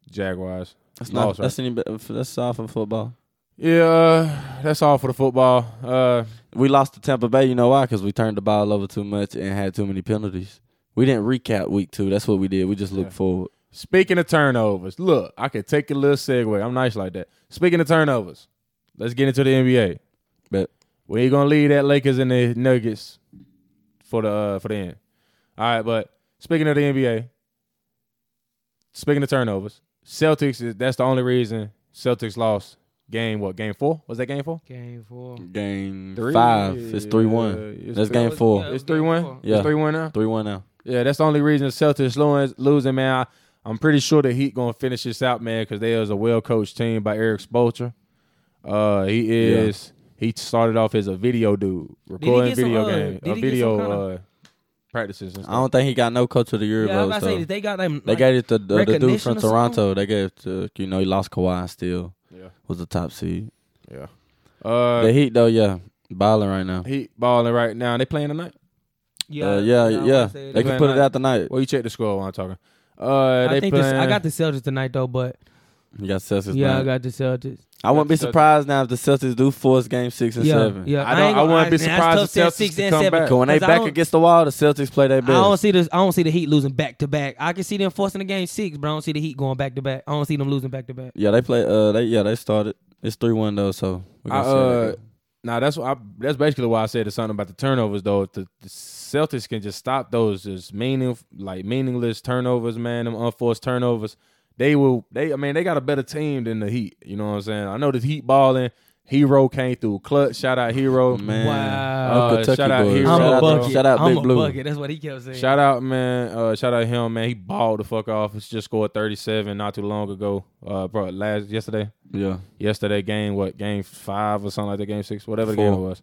Jaguars. That's No, not sorry. that's any bi- that's all from football. Yeah, uh, that's all for the football. Uh, We lost to Tampa Bay. You know why? Because we turned the ball over too much and had too many penalties. We didn't recap week two. That's what we did. We just looked forward. speaking of turnovers, look, I could take a little segue. I'm nice like that. Speaking of turnovers, let's get into the NBA. But We ain't gonna leave that Lakers and the Nuggets for the uh, for the end. All right, but speaking of the NBA, Speaking of turnovers, Celtics is that's the only reason Celtics lost game. What game four? Was that game four? Game four. Game Three. five. It's three Uh, one. it's That's three- game four. It's three one. It's Yeah. three one now. Three one now. Yeah, that's the only reason the Celtics lo- losing, man. I, I'm pretty sure the Heat gonna finish this out, man, because they is a well coached team by Eric Spoelstra. Uh, he is. He started off as a video dude, recording get some, video uh, game, did uh, he get video some kinda- uh, practices. And I stuff. don't think he got no coach of the year Yeah, I was votes, about to say though. that they got them. They like, gave it to the, the dude recognition from or something? Toronto. They gave it to you know he lost Kawhi and still Yeah. was the top seed. Uh, the Heat though, yeah, balling right now. Heat balling right now. They playing tonight. Yeah, Yeah, uh, yeah, I yeah. wanna say They that. can Playing put it like- out tonight. Well, you check the score while I'm talking. Uh, they I think playing. this, I got the Celtics tonight though, but You got Celtics. yeah, I tonight. got the Celtics. I wouldn't be surprised now if the Celtics do force game six and yeah, seven. yeah. I don't- ain't I gonna- wouldn't be and that's surprised tough if saying Celtics six could and come seven. back. 'Cause when they 'cause I back don't- against the wall, the Celtics play their best. I don't see this. I don't see the Heat losing back to back. I can see them forcing the game six, but I don't see the Heat going back to back. I don't see them losing back to back. yeah, they play. Uh, they yeah, they started. It's three one though, so we I, gonna see how that uh, go. now that's what I, that's basically why I said it's something about the turnovers though. If The, the Celtics can just stop those just meaning like meaningless turnovers, man. Them unforced turnovers. They will. They I mean they got a better team than the Heat. You know what I'm saying? I know the Heat balling. Hero came through clutch. Shout out Hero, man. Wow. Them Uh, Kentucky shout out boys. Hero. I'm Shout a out them- bucket. Shout out I'm Big a Blue. bucket. That's what he kept saying. Shout out, man. Uh, shout out him, man. He balled the fuck off. He just scored 37 not too long ago. Uh, bro, last yesterday. Yeah, yesterday game what game five or something like that game six whatever the Four. game was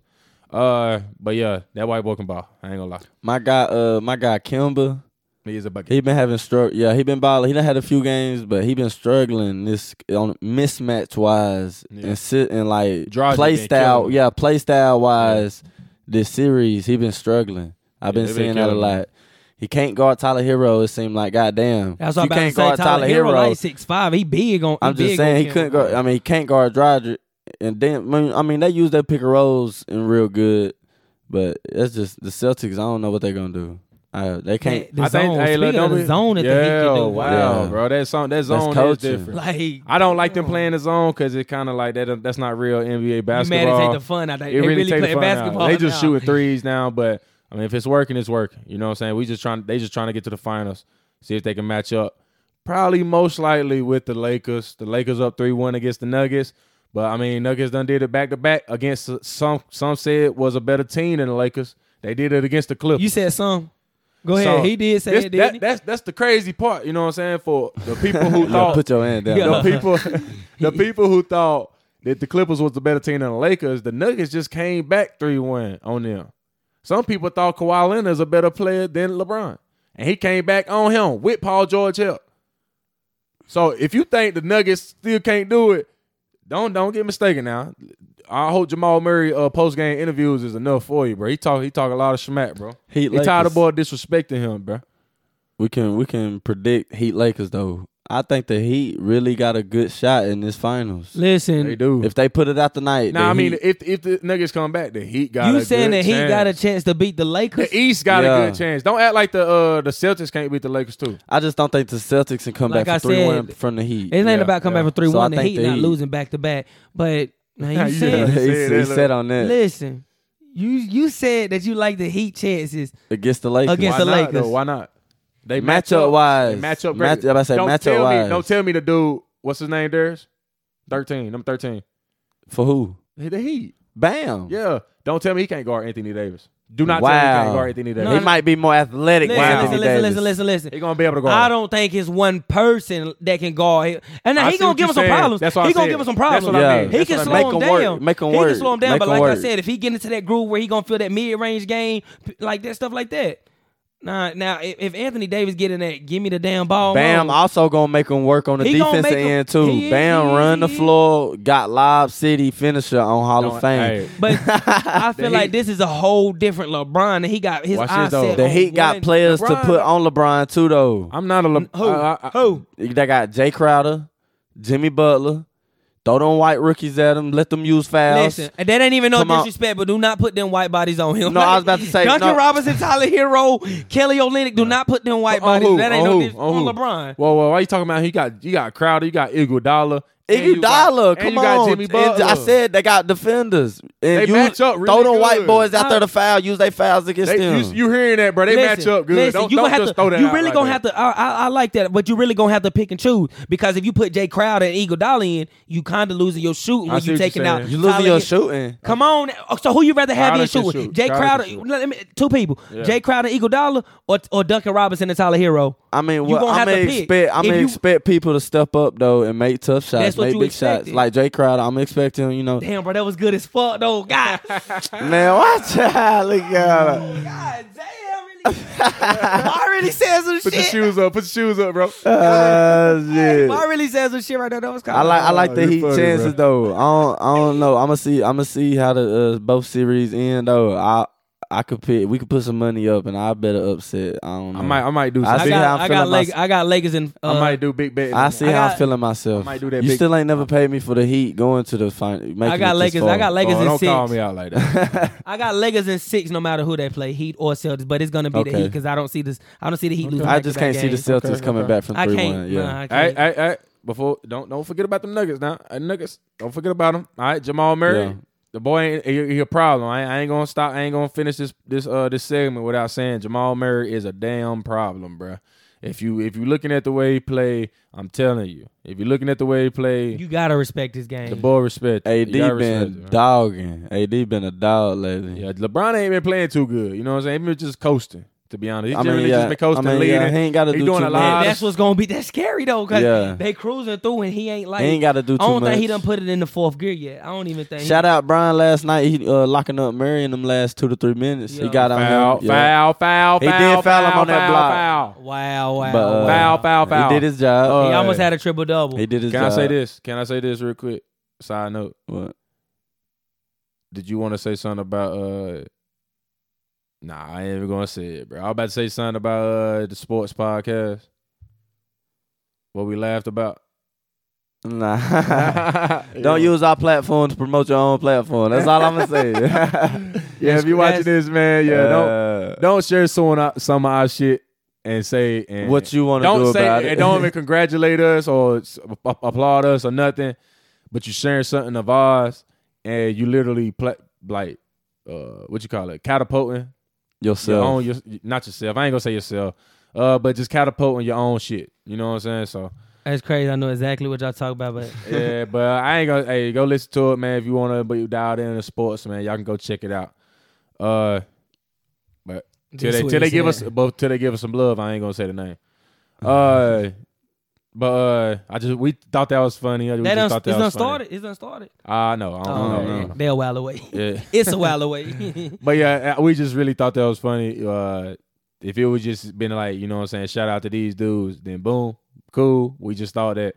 uh but yeah that white boy can ball i ain't gonna lie my guy. Uh, my guy Kimba. he is a bucket He been having stroke. Yeah, he been balling. He done had a few games, but he been struggling this on mismatch wise Yeah. and sit and like Dragic play been style. killing him. Yeah, play style wise. This series, he been struggling. I've been they been seeing that a killing him. lot. He can't guard Tyler Hero. It seemed like goddamn. That's what If I'm you about to can't say. guard Tyler, Hero, like six five. He big on. he I'm just big on saying he Kemba. couldn't guard. I mean, he can't guard Drogic, and then I mean, I mean, they use their pick and rolls and real good, but that's just the Celtics. I don't know what they're gonna do. Uh, they can't. The zone. look, Speaking of don't the be- zone that yeah, the Heat can do. wow, Yeah. bro. That zone, that zone is coaching. different. Like I don't like them playing the zone because it kind of like that. That's not real NBA you mad to basketball. take the fun out. They, it they really, takes play fun out. basketball. They just now. shooting threes now, but I mean, if it's working, it's working. You know what I'm saying? We just trying. They just trying to get to the finals, see if they can match up. Probably most likely with the Lakers. The Lakers up three one against the Nuggets, but I mean, Nuggets done did it back to back against uh, some. Some said was a better team than the Lakers. They did it against the Clippers. You said some. Go ahead. So, he did say this- it, that- didn't That's that's the crazy part. You know what I'm saying? For the people who Yeah, thought put your hand down. Yeah. the people the people who thought that the Clippers was the better team than the Lakers, the Nuggets just came back 3-1 on them. Some people thought Kawhi Leonard is a better player than LeBron. And he came back on him with Paul George help. So if you think the Nuggets still can't do it, don't don't get mistaken now. I hope Jamal Murray uh, post game interviews is enough for you, bro. He talk he talk a lot of smack, bro. Heat he tired Lakers. of boy disrespecting him, bro. We can we can predict Heat Lakers though. I think the Heat really got a good shot in this finals. he? Listen, They do. If they put it out tonight, now the I mean, Heat- if if the Nuggets come back, the Heat got you a saying good that he chance. got a chance to beat the Lakers? The East got Yeah. a good chance. Don't act like the uh the Celtics can't beat the Lakers too. I just don't think the Celtics can come Like I back for three one said, from the Heat. It ain't Yeah, about coming yeah. back for three So I one. The think Heat the not Heat- losing back to back, but now you you he, said done he Look. said on that listen. You you said that you like the Heat chances. against the Lakers. Against Why the not, Lakers. though? Why not? They Matchup wise. Matchup Match- great. I about to say don't matchup tell wise. Me, don't tell me the dude. What's his name? Darius. Thirteen. Number thirteen. for who? The Heat. Bam. Yeah. Don't tell me he can't guard Anthony Davis. Do not tell me he Wow. can't guard Anthony Davis. No, he no. might be more athletic. Listen, than Wow. listen, Anthony listen, Davis. listen, listen, listen. He gonna be able to guard. I don't think it's one person that can guard him. And now I he see gonna what give you him some saying. problems. That's what I he gonna said. give him some That's problems. what I Yeah. mean. He That's can what I mean. slow him Make down. 'em work. Make 'em he work. can slow him down. Make but 'em like I work. said, if he get into that groove where he gonna feel that mid range game, p- like that stuff like that. Nah, now if, if Anthony Davis get in that, give me the damn ball. Bam mode, also gonna make him work on the He gonna defensive make 'em- end too. He is, Bam he is, run the he is. floor, got Lob City finisher on Hall Don't- of Fame. hey. But I feel The like Heat- this is a whole different LeBron, and he got his Watch this, eyes though. set. The on Heat one- got players to Oh, LeBron- put on LeBron too, though. I'm not a. Le- Who? I- I- Who? They got Jay Crowder, Jimmy Butler. Throw them white rookies at them. Let them use fouls. Listen, and that ain't even no Come on. disrespect, but do not put them white bodies on him. No, I was about to say, Duncan no. Robinson, Tyler Hero, Kelly Olynyk. Do not put them white on bodies. who? That On ain't no who? dis- On on, who? LeBron. Whoa, whoa! Why you talking about? He got you got Crowder, you got Iguodala, And you Iggy got- Dollar, and come you on. got Jimmy And Butler. I said they got defenders. And They you match up really throw them white good. boys out there to foul. Use their fouls against They- them. you, you hearing that, bro? They match Listen, up good. listen, don't you don't gonna have just to, throw that You out really like gonna that. have to. I, I, I like that, but you really gonna have to pick and choose because if you put Jay Crowder and Eagle Dollar in, you kind of losing your shooting I when see you what you're taking out. saying. you losing Tyler your Hit- shooting. Come on. So who you rather have Crowder in can shooting? shoot. Jay Crowder Crowder, can shoot. let me, two people, Jay Crowder, Eagle Dollar, or or Duncan Robinson and Tyler Hero. I mean, You well, gonna I have to may pick. expect I If may you- expect people to step up though and make tough shots, That's what make you big expected. shots. Like Jay Crowder, I'm expecting you know. Damn, bro, that was good as fuck though. God, Man, watch out, look out. God damn, really. I already said some Put your shit. shoes up. Put your shoes up, bro. Uh, Ah, shit. I really said some shit right there. That was kind I of like I like the you Heat Oh, funny, chances though. I don't I don't know. I'm gonna see I'm gonna see how the uh, both series end though. I I could pick. We could put some money up, and I bet an upset. I don't know. I might, I might do. I some I see big- how got, I'm I got, feeling Lag- myself. I got Lakers in. Uh, I might do big bet. I see I how I'm got- feeling myself. might do that You big- still ain't never paid me for the Heat going to the final. I got Lakers. Lakers. I got Lakers Oh, in don't six. call me out like that. I got Lakers in six, no matter who they play, Heat or Celtics. But it's gonna be the Okay. Heat because I don't see this. I don't see the Heat losing. I just can't see the back-to-back Celtics coming back from games. I three can't. one. Yeah. nah, I Hey, can't. hey, hey! Before don't don't forget about them Nuggets now. Uh, Nuggets, don't forget about them. All right, Jamal Murray, Yeah. the boy, ain't, he, he a problem. I ain't, I ain't gonna stop. I ain't gonna finish this this uh this segment without saying Jamal Murray is a damn problem, bruh. If you if you looking at the way he play, I'm telling you, if you're looking at the way he play, you gotta respect this game. the boy respect. you. AD You gotta respect been it, bruh. dogging. AD been a dog lately. yeah, LeBron ain't been playing too good. You know what I'm saying? He been just coasting. To be honest, he I mean, really yeah. just been coasting, I mean, leading. yeah, he ain't gotta He do doing too a And lot. much. that's what's gonna be that's scary though, cause Yeah. they cruising through and he ain't like He ain't gotta do I don't too think he much. done put it in the fourth gear yet. I don't even think. Shout out Brian last night. He uh, locking up Murray in them last two to three minutes. Yeah. He got on Foul, him. Yeah. foul, foul, He foul. did foul him on that foul, block. Foul. Wow, wow, But, uh, wow. Foul, foul, foul. He did his job. He Uh, almost had a triple double. he did his Can job. I say this? Can I say this real quick? Side note. What? Did you want to say something about uh Nah, I ain't even gonna say it, bro. I was about to say something about uh the sports podcast. What we laughed about. Nah. Don't Yeah. use our platform to promote your own platform. That's all I'm gonna say. Yeah, if you watching this, man, yeah, don't Uh, don't share some of some of our shit and say and what you want to don't do say about it? and don't even congratulate us or s- a- a- applaud us or nothing. But you sharing something of ours, and you literally pla like uh, what you call it, catapulting your yourself. own, your, not yourself. I ain't gonna say yourself, uh, but just catapulting your own shit. You know what I'm saying? So That's crazy. I know exactly what y'all talk about, but yeah, but I ain't gonna. Hey, go listen to it, man. If you wanna, but you dialed in to sports, man. Y'all can go check it out. Uh, but till This they what till he they give us, said. but till they give us some love, I ain't gonna say the name. Uh, but uh, I just we thought that was funny. We just that done, thought it's that done was funny. Ah, started. It's done started. I know. I don't Oh, know. man. They're a while away. Yeah. It's a while away. But yeah, uh, we just really thought that was funny. Uh, if it was just been like, you know what I'm saying, shout out to these dudes, then boom, cool. We just thought that,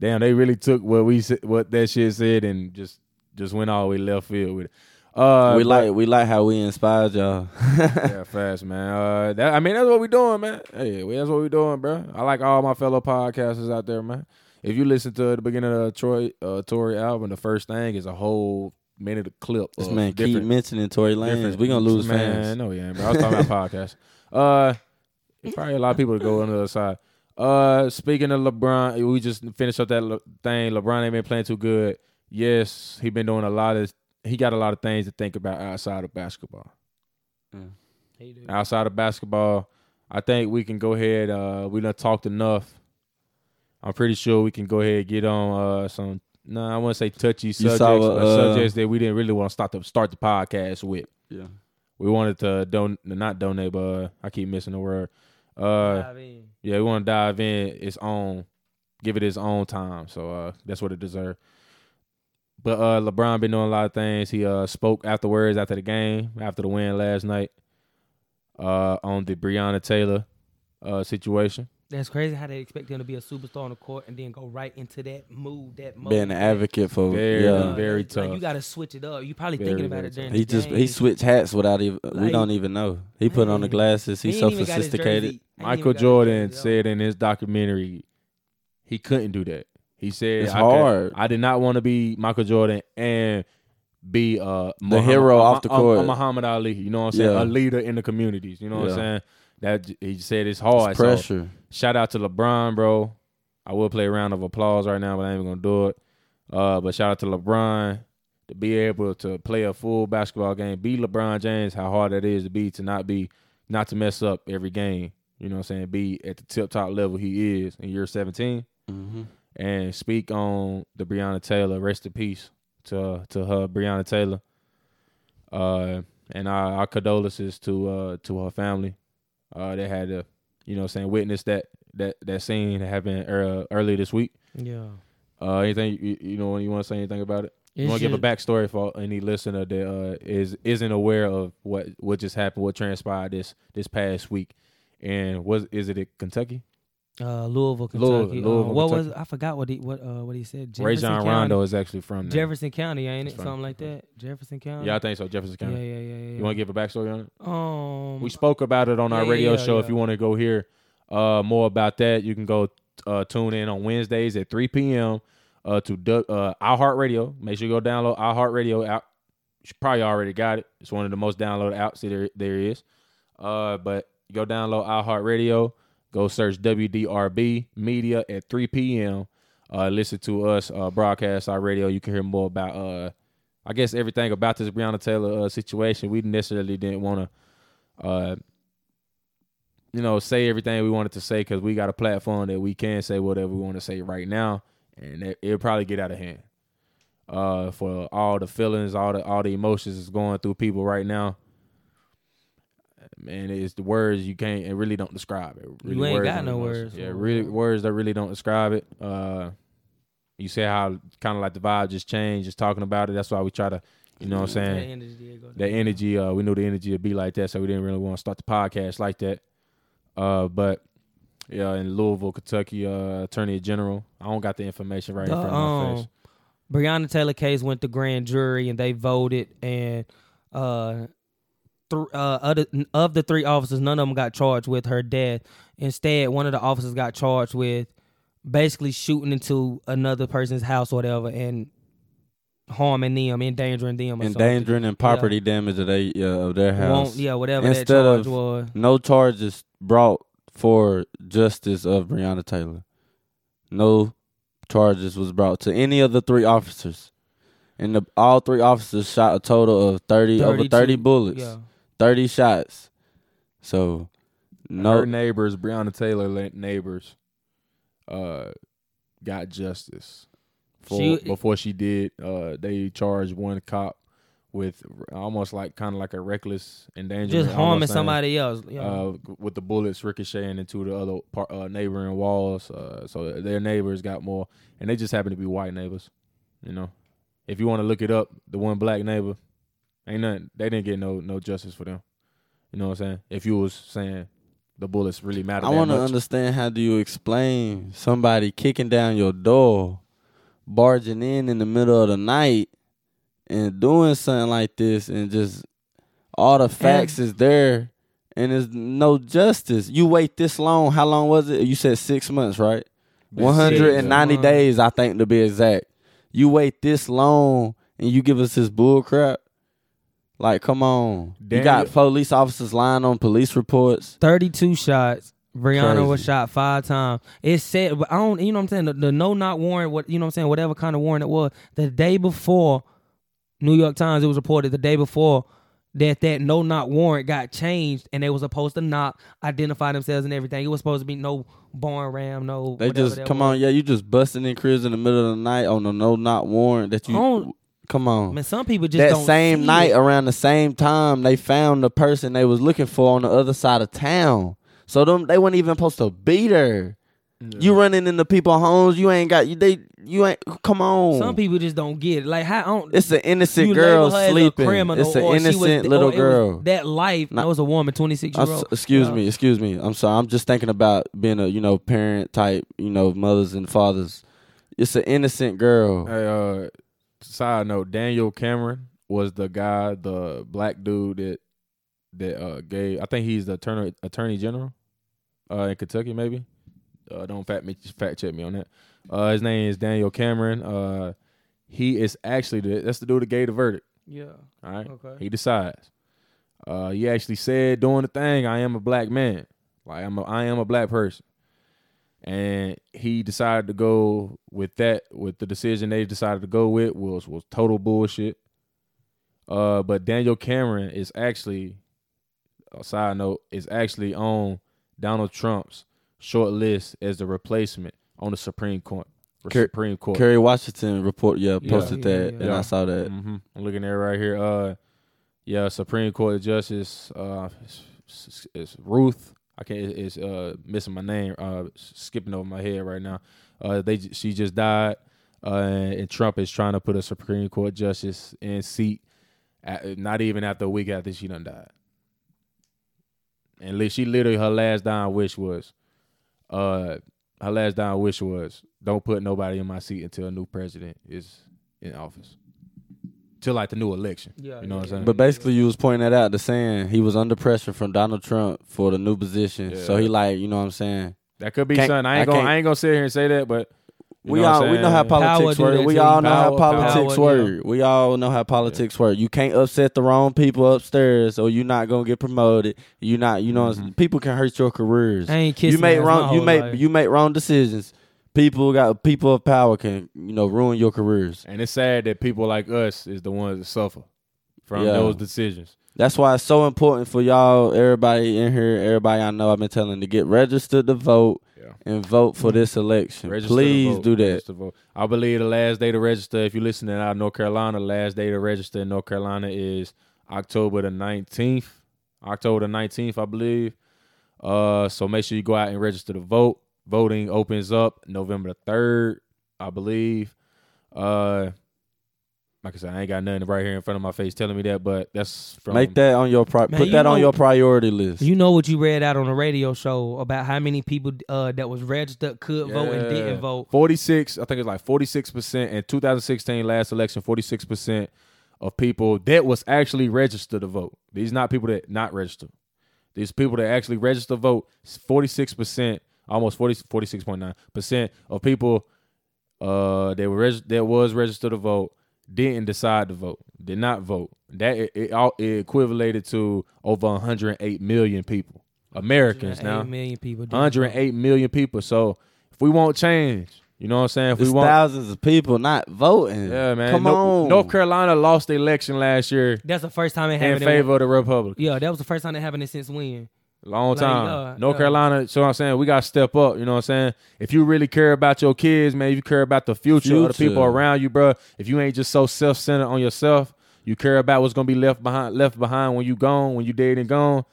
damn, they really took what we said, what that shit said and just just went all the way left field with it. Uh, we but- like we like how we inspired y'all. yeah, fast man. Uh, that, I mean, that's what we doing, man. Hey, we- that's what we doing, bro. I like all my fellow podcasters out there, man. If you listen to the beginning of the Troy uh, Tory album, the first thing is a whole minute clip. this of man keep different- mentioning Tory Lanez. different- We gonna lose man, fans. No, yeah, bro. I was talking about podcasts. Uh, it probably a lot of people to go on the other side. Uh, speaking of LeBron, we just finished up that Le- thing. LeBron ain't been playing too good. Yes, he been doing a lot of. He got a lot of things to think about outside of basketball. Outside of basketball, I think we can go ahead. Uh, we done talked enough. I'm pretty sure we can go ahead and get on uh some. No, nah, I want to say touchy subjects, saw, but uh, subjects that we didn't really want to start the start the podcast with. Yeah. We wanted to don not donate, but uh, I keep missing the word. Uh, yeah, we want to dive in its own, give it its own time. So uh, that's what it deserved. But uh, LeBron been doing a lot of things. He uh spoke afterwards after the game, after the win last night, uh, on the Breonna Taylor uh situation. That's crazy how they expect him to be a superstar on the court and then go right into that mood, that mode. Being an advocate for Very, yeah. very Like, tough. you gotta switch it up. You probably Very, thinking about very it during He the just game. he switched hats without even we Like, don't even know. He put on the man, glasses. He ain't He's so even got his sophisticated. jersey. He ain't even Michael got his Jordan jersey on. said in his documentary he couldn't do that. He said It's I could- hard. I did not want to be Michael Jordan and be uh Muhammad- hero off the a- a- a court. Muhammad Ali, you know what I'm saying? Yeah. A leader in the communities, you know what Yeah. I'm saying? That j- he said it's hard. It's So, pressure. shout out to LeBron, bro. I will play a round of applause right now, but I ain't even gonna do it. Uh, but shout out to LeBron to be able to play a full basketball game, be LeBron James. How hard that is to be to not be not to mess up every game. You know what I'm saying? Be at the tip top level he is in year 17, and speak on the Breonna Taylor. Rest in peace to to her, Breonna Taylor. Uh, and our, our condolences to uh to her family. Uh, they had to, you know, what I'm saying witness that that that scene that happened er, earlier this week. Yeah. Uh, anything you, you know? You want to say anything about it? It's you want to give a just- backstory for any listener that uh, is isn't aware of what what just happened, what transpired this this past week, and was is it in Kentucky? Uh, Louisville, Kentucky. Louisville, Uh, Louisville, what was Kentucky. I forgot what he what uh what he said? Ray Jefferson John County. Rondo is actually from there. Jefferson County, ain't it? That's fine. Something like that. Jefferson County. Yeah, I think so. Jefferson yeah, County. yeah, yeah, yeah. You want to give a backstory on it? um, We spoke about it on our Yeah, yeah, radio yeah, show. yeah. If you want to go hear uh, more about that, you can go uh, tune in on Wednesdays at 3 p.m. Uh, to du- uh, iHeartRadio. Make sure you go download iHeartRadio app. You probably already got it. It's one of the most downloaded apps that there, there is. Uh, but go download iHeartRadio. Go search WDRB Media at 3 p.m. Uh, listen to us uh, broadcast our radio. You can hear more about, uh, I guess, everything about this Breonna Taylor uh, situation. We necessarily didn't want to uh, you know, say everything we wanted to say because we got a platform that we can say whatever we want to say right now, and it, it'll probably get out of hand. Uh, for all the feelings, all the all the emotions that's going through people right now, man, it's the words you can't it really don't describe it. Really ain't words got and no emotions. words Yeah, for really it. words that really don't describe it. Uh, you see how kind of like the vibe just changed, just talking about it. That's why we try to, you know, what I'm saying that energy. Uh, we knew the energy would be like that, so we didn't really want to start the podcast like that. Uh, but yeah, in Louisville, Kentucky, uh, Attorney General. I don't got the information right The, in front of my um, face. Breonna Taylor case went to grand jury and they voted and uh, th- uh other, of the three officers, none of them got charged with her death. Instead, one of the officers got charged with basically shooting into another person's house or whatever and harming them, endangering them, or something. Endangering and property damage of, they, uh, of their house. Won't- yeah, whatever Instead that charge of- was. No charges brought for justice of Breonna Taylor. No charges was brought to any of the three officers. And the, all three officers shot a total of 30 over 30 32, bullets. Yeah. 30 shots. So no Her neighbors, Breonna Taylor la- neighbors, uh, got justice for She- before she did. Uh, they charged one cop with r- almost like kind of like a reckless endangerment, Just harming almost saying- somebody else. Yeah. uh, with the bullets ricocheting into the other par uh, neighboring walls. Uh, so their neighbors got more, and they just happen to be white neighbors. You know, if you want to look it up, the one black neighbor ain't nothing. They didn't get no no justice for them. You know what I'm saying? If you was saying the bullets really matter, I want to understand how do you explain somebody kicking down your door, barging in in the middle of the night, and doing something like this, and just all the facts is there, and there's no justice. You wait this long? How long was it? You said six months, right? One hundred and ninety months. days, I think, to be exact. You wait this long, and you give us this bull crap. Like, come on! You got Daniel- police officers lying on police reports. 32 shots. Brianna was Crazy. shot five times. It said, but I don't, you know what I'm saying? The, the no knock warrant, what you know what I'm saying, whatever kind of warrant it was, the day before New York Times, it was reported the day before that that no knock warrant got changed and they was supposed to knock, identify themselves and everything. It was supposed to be no barn ram, no. They whatever just that come was. on, yeah. You just busting in cribs in the middle of the night on a no not warrant that you Home- come on. Man, some people just that don't same see night it. around the same time they found the person they was looking for on the other side of town. So them they weren't even supposed to be there. You running into people homes, you ain't got you they you ain't come on. Some people just don't get it. Like how I don't it's an innocent you girl label her as a sleeping. criminal It's an or she was- innocent or little it was girl. That life, Not- that was a woman, 26 year I'm old. so- excuse me, excuse me. I'm sorry. I'm just thinking about being a you know parent type, you know mothers and fathers. It's an innocent girl. Hey, uh, side note: Daniel Cameron was the guy, the black dude that that uh gave. I think he's the attorney attorney general, uh, in Kentucky, maybe. Uh, don't fact me, fact check me on that. Uh, his name is Daniel Cameron. Uh, he is actually the that's the dude that gave the verdict. Yeah. All right. Okay. He decides. Uh, he actually said during the thing, "I am a black man. Like I'm, a, I am a black person." and he decided to go with that with the decision they decided to go with was was total bullshit. Uh, but Daniel Cameron is actually, a side note, is actually on Donald Trump's short list as the replacement on the Supreme Court. for Cur- Supreme Court. Kerry Washington report, yeah, Yeah. posted Yeah, that, yeah, and yeah. I saw that. hmm I'm looking at it right here. Uh, yeah, Supreme Court Justice uh, it's, it's- it's Ruth. I can't. it- It's uh missing my name. Uh, s- skipping over my head right now. Uh, they j- she just died. Uh, and, and Trump is trying to put a Supreme Court justice in seat. At, not even after a week after she done died. And li- she literally her last dying wish was, uh, her last dying wish was, don't put nobody in my seat until a new president is in office till like the new election. Yeah, you know what I'm yeah, saying. But basically, you was pointing that out to saying he was under pressure from Donald Trump for the new position. So Yeah. he like, you know what I'm saying? that could be Can't- something. I I ain't gonna. can't- I ain't gonna sit here and say that, but you we know what all I'm we know how saying? Power politics do that work. We to all you. know how Power- power, politics yeah. work. We all know how politics work. You can't upset the wrong people upstairs, or you're not gonna get promoted. You not, you know, what I'm Mm-hmm. saying? people can hurt your careers. I ain't kissing You make ass my wrong. You whole make life. you make wrong decisions. People got people of power can you know ruin your careers. and it's sad that people like us is the ones that suffer from Yeah. those decisions. That's why it's so important for y'all, everybody in here, everybody I know. I've been telling to get registered to vote Yeah. and vote for this election. Register to Please vote. do that. Register to vote. I believe the last day to register, if you're listening out of North Carolina, last day to register in North Carolina is October the 19th. October the 19th, I believe. Uh, so make sure you go out and register to vote. Voting opens up November the 3rd, I believe. Uh, like I said, I ain't got nothing right here in front of my face telling me that, but that's from Make that on your pri- Man, put you that on know- your priority list. You know what you read out on the radio show about how many people uh, that was registered could vote and didn't Yeah. vote. 46, I think it's like 46% in 2016 last election, 46% of people that was actually registered to vote. These not people that not registered. These people that actually registered to vote, 46%, almost 40, 46.9% of people uh that were reg- that was registered to vote didn't decide to vote, did not vote. That it, it, all, it equivalated to over 108 million people. Americans now. 108 million people. didn't vote. 108 million people. So if we want change, you know what I'm saying? If There's we want, thousands of people not voting. yeah, man. Come Nor- on. North Carolina lost the election last year That's the first time it in happened. favor of the Republic. yeah, that was the first time it happened since when. Long Like, time. yeah, uh, North yeah. Carolina. So I'm saying we gotta step up. You know what I'm saying? If you really care about your kids, man, if you care about the future, of the Future. people around you, bro. If you ain't just so self centered on yourself, you care about what's gonna be left behind, left behind when you gone, when you dead and gone.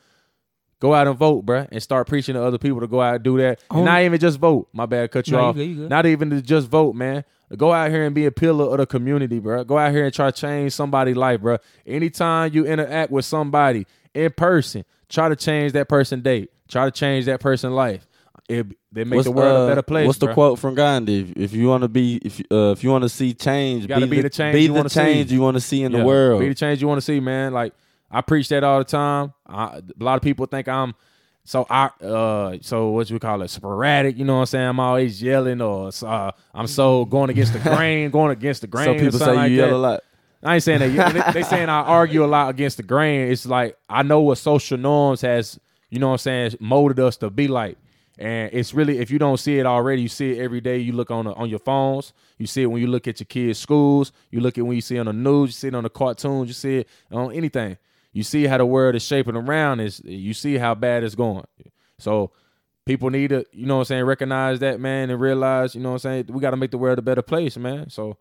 Go out and vote, bruh, and start preaching to other people to go out and do that. And On- not even just vote. My bad, cut you Oh. No, you off. good, you good. Not even to just vote, man. Go out here and be a pillar of the community, bruh. Go out here and try to change somebody's life, bruh. Anytime you interact with somebody in person, try to change that person's day. Try to change that person's life. It, they make the world a uh, better place. What's the bruh. quote from Gandhi? If, if you want to be, if you- uh, if you want to see change, You gotta be the change be you the wanna see. change you want to see in Yeah, the world. Be the change you want to see, man. Like I preach that all the time. I, a lot of people think I'm so I uh so what you call it sporadic. You know what I'm saying? I'm always yelling or uh, I'm so going against the grain, going against the grain. Some or people say something like you yell that. a lot. I ain't saying that. they, they saying I argue a lot against the grain. It's like I know what social norms has, you know what I'm saying, molded us to be like. And it's really if you don't see it already, you see it every day. You look on the, on your phones. You see it when you look at your kids' schools. You look at when you see it on the news. You see it on the cartoons. You see it on anything. You see how the world is shaping around. Is you see how bad it's going. So people need to, you know what I'm saying, recognize that man and realize, you know what I'm saying, we got to make the world a better place, man. So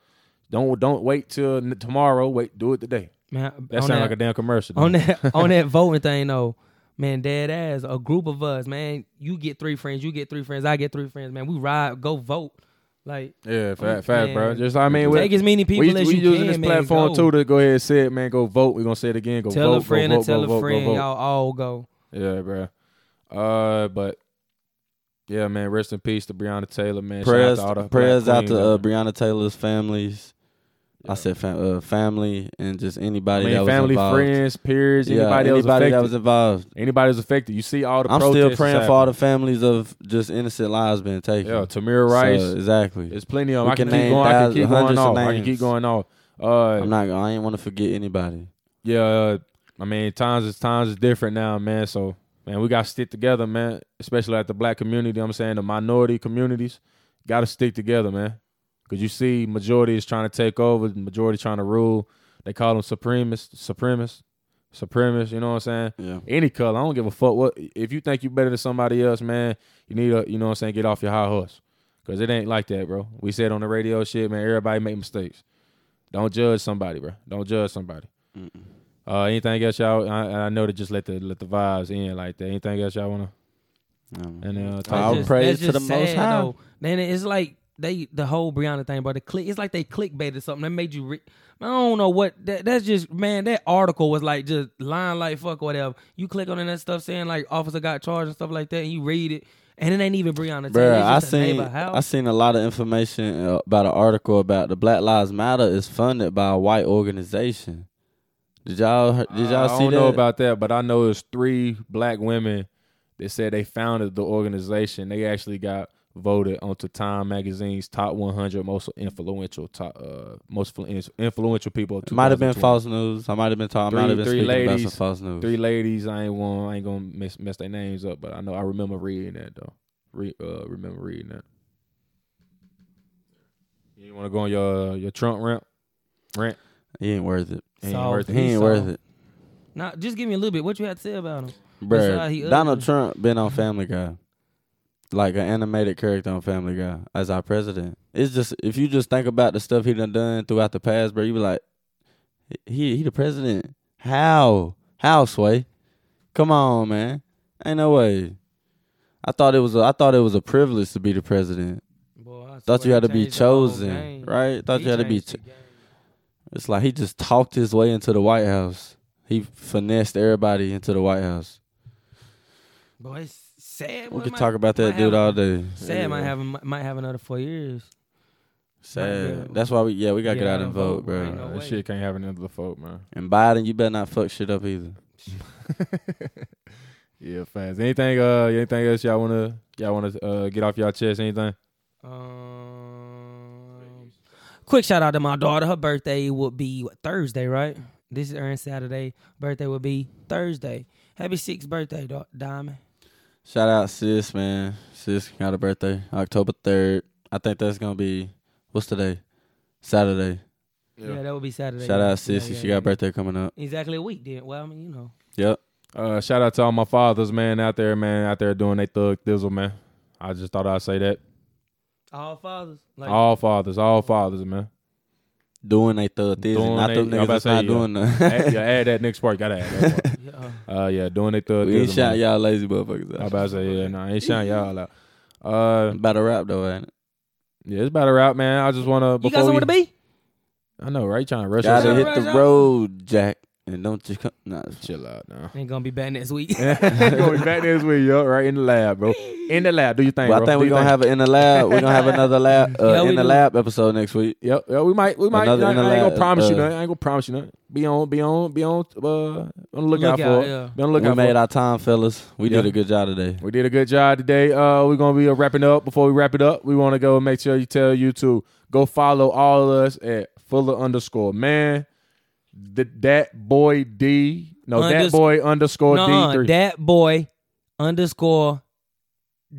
don't don't wait till n- tomorrow. Wait, do it today. Man, That on sounds like a damn commercial. on dude. that on that voting thing though, man, dead ass. A group of us, man. You get three friends, you get three friends, I get three friends, man. We ride, go vote. Like yeah, Man. fast, fast, bro. Just I mean, take as many people we, as we you using can, this man, platform go. too to go ahead and say it, man. Go vote. We're gonna say it again. Go tell vote. a friend go and vote, tell go vote, a friend, go vote. y'all all go. Yeah, bro. Uh, but yeah, man. Rest in peace to Breonna Taylor, man. Shout Prayers, out to all the prayers black out to queens, man. uh, Breonna Taylor's families. I said fam- uh, family and just I anybody mean, that was family, involved. friends, peers, yeah, anybody, that was anybody that affected. was involved. anybody that's affected. You see all the. I'm still protests praying that's for all the families of just innocent lives being taken. happening. Yeah, Tamir Rice. So, exactly. There's plenty of them. We I can, can keep name going. I can keep thousands- going hundreds of off. I can names. keep going off. Uh, I'm not. I ain't want to forget anybody. yeah. uh, I mean, times is times is different now, man. So man, we gotta stick together, man. Especially at the black community, I'm saying the minority communities gotta stick together, man. Cause you see, majority is trying to take over, majority trying to rule. They call them supremacists, supremacists, supremacists. You know what I'm saying? Yeah. Any color, I don't give a fuck. What if you think you better than somebody else, man? You need a, you know what I'm saying? Get off your high horse, cause it ain't like that, bro. We said on the radio, shit, man. Everybody make mistakes. Don't judge somebody, bro. Don't judge somebody. Uh, anything else, y'all? I, I know to just let the let the vibes in like that. Anything else, y'all wanna? And uh, talk I'll about? just- praise that's to the just Most sad, High. though. Then it's like they the whole Brianna thing, bro. The click, it's like they clickbaited something that made you. Re- I don't know what that, that's just man. That article was like just lying like fuck or whatever. You click on that stuff saying like officer got charged and stuff like that, and you read it, and it ain't even Brianna. Bruh, I it's just a seen neighbor house. I seen a lot of information uh, about an article about the Black Lives Matter is funded by a white organization. Did y'all hear- did y'all Uh, I see don't that? know about that, but I know it's three black women that said they founded the organization. They actually got voted onto Time Magazine's top 100 most influential top, uh, most flu- ins- influential people. Of It might have been 2020. false news. I might have been talking. I might Three- have been three speaking about some ladies, false news. Three ladies. I ain't one. I ain't gonna mess mess their names up, but I know I remember reading that though. Re, uh, remember reading that. You want to go on your uh, your Trump rant? Rant. He ain't worth it. ain't Saul, worth it. He ain't Saul. worth it, Nah, just give me a little bit. What you had to say about him? why he Bruh, Donald ugly. Trump been on Family Guy, like an animated character on Family Guy as our president. It's just if you just think about the stuff he done done throughout the past, bro, you be like, he he the president. How how sway? Come on, man. Ain't no way. I thought it was a, I thought it was a privilege to be the president. Boy, I Thought you swear had he to be changed the whole chosen, game. right? Thought He you had to be. changed cho- the game. It's like he just talked his way into the White House. He finessed everybody into the White House. Boy, it's sad. We Boy, could might- talk about that might have- dude all day. Sad might have him- might have another four years. Sad. That's why we yeah we gotta Get get out and vote, bro. Ain't no That way. shit can't happen into the folk, man. And Biden, you better not fuck shit up either. Yeah, fast. Anything uh anything else y'all wanna y'all wanna uh get off y'all chest? Anything? Um, quick shout out to my daughter. Her birthday would be what, Thursday, right? This is earned Saturday. Birthday would be Thursday. Happy sixth birthday, Di- Diamond. Shout out sis, man. Sis got a birthday October third. I think that's gonna be what's today? Saturday. Yeah, that would be Saturday. Shout yeah. out sis, Yeah, yeah, she yeah. got a birthday coming up. Exactly a week, then. Well, I mean, you know. Yep. Uh shout out to all my fathers, man, out there, man, out there doing they thug thizzle, man. I just thought I'd say that. All fathers. Like, All fathers, all fathers, man. Doing they thug thizzle. Doing Not they- them I about niggas to that's say, not yeah. doing nothing. add, yeah, add that next part. Gotta add that part. yeah. Uh yeah, doing they thug We ain't thizzle. shout man. y'all lazy motherfuckers I out. about to say, yeah, nah, ain't shine y'all out. Uh About to wrap though, ain't it? yeah, it's about a wrap, man. I just wanna You before got somewhere to we, be? I know, right? Trying to rush Gotta us. Rush hit the out. road, Jack, and don't just come. Nah, chill out now. Ain't gonna be back next week. gonna be back this week, yo, right in the lab, bro. In the lab, do you think? well, I think we're gonna have it in the lab. We're gonna have another lab uh, Yeah, we in the do. lab episode next week. Yep, yeah, we might, we might. Another I, I ain't interla- gonna promise you uh, nothing. I ain't gonna promise you nothing. Be on, be on, be on. Uh, on the lookout, Lookout, for it. yeah. Be on the we lookout made for it. our time, fellas. We did Yeah. a good job today. We did a good job today. Uh, we're gonna be wrapping up. Before we wrap it up, we want to go and make sure you tell you to go follow all of us at Fuller underscore man, the, that boy D, no Unders- that boy underscore Nuh-uh, D three. that boy underscore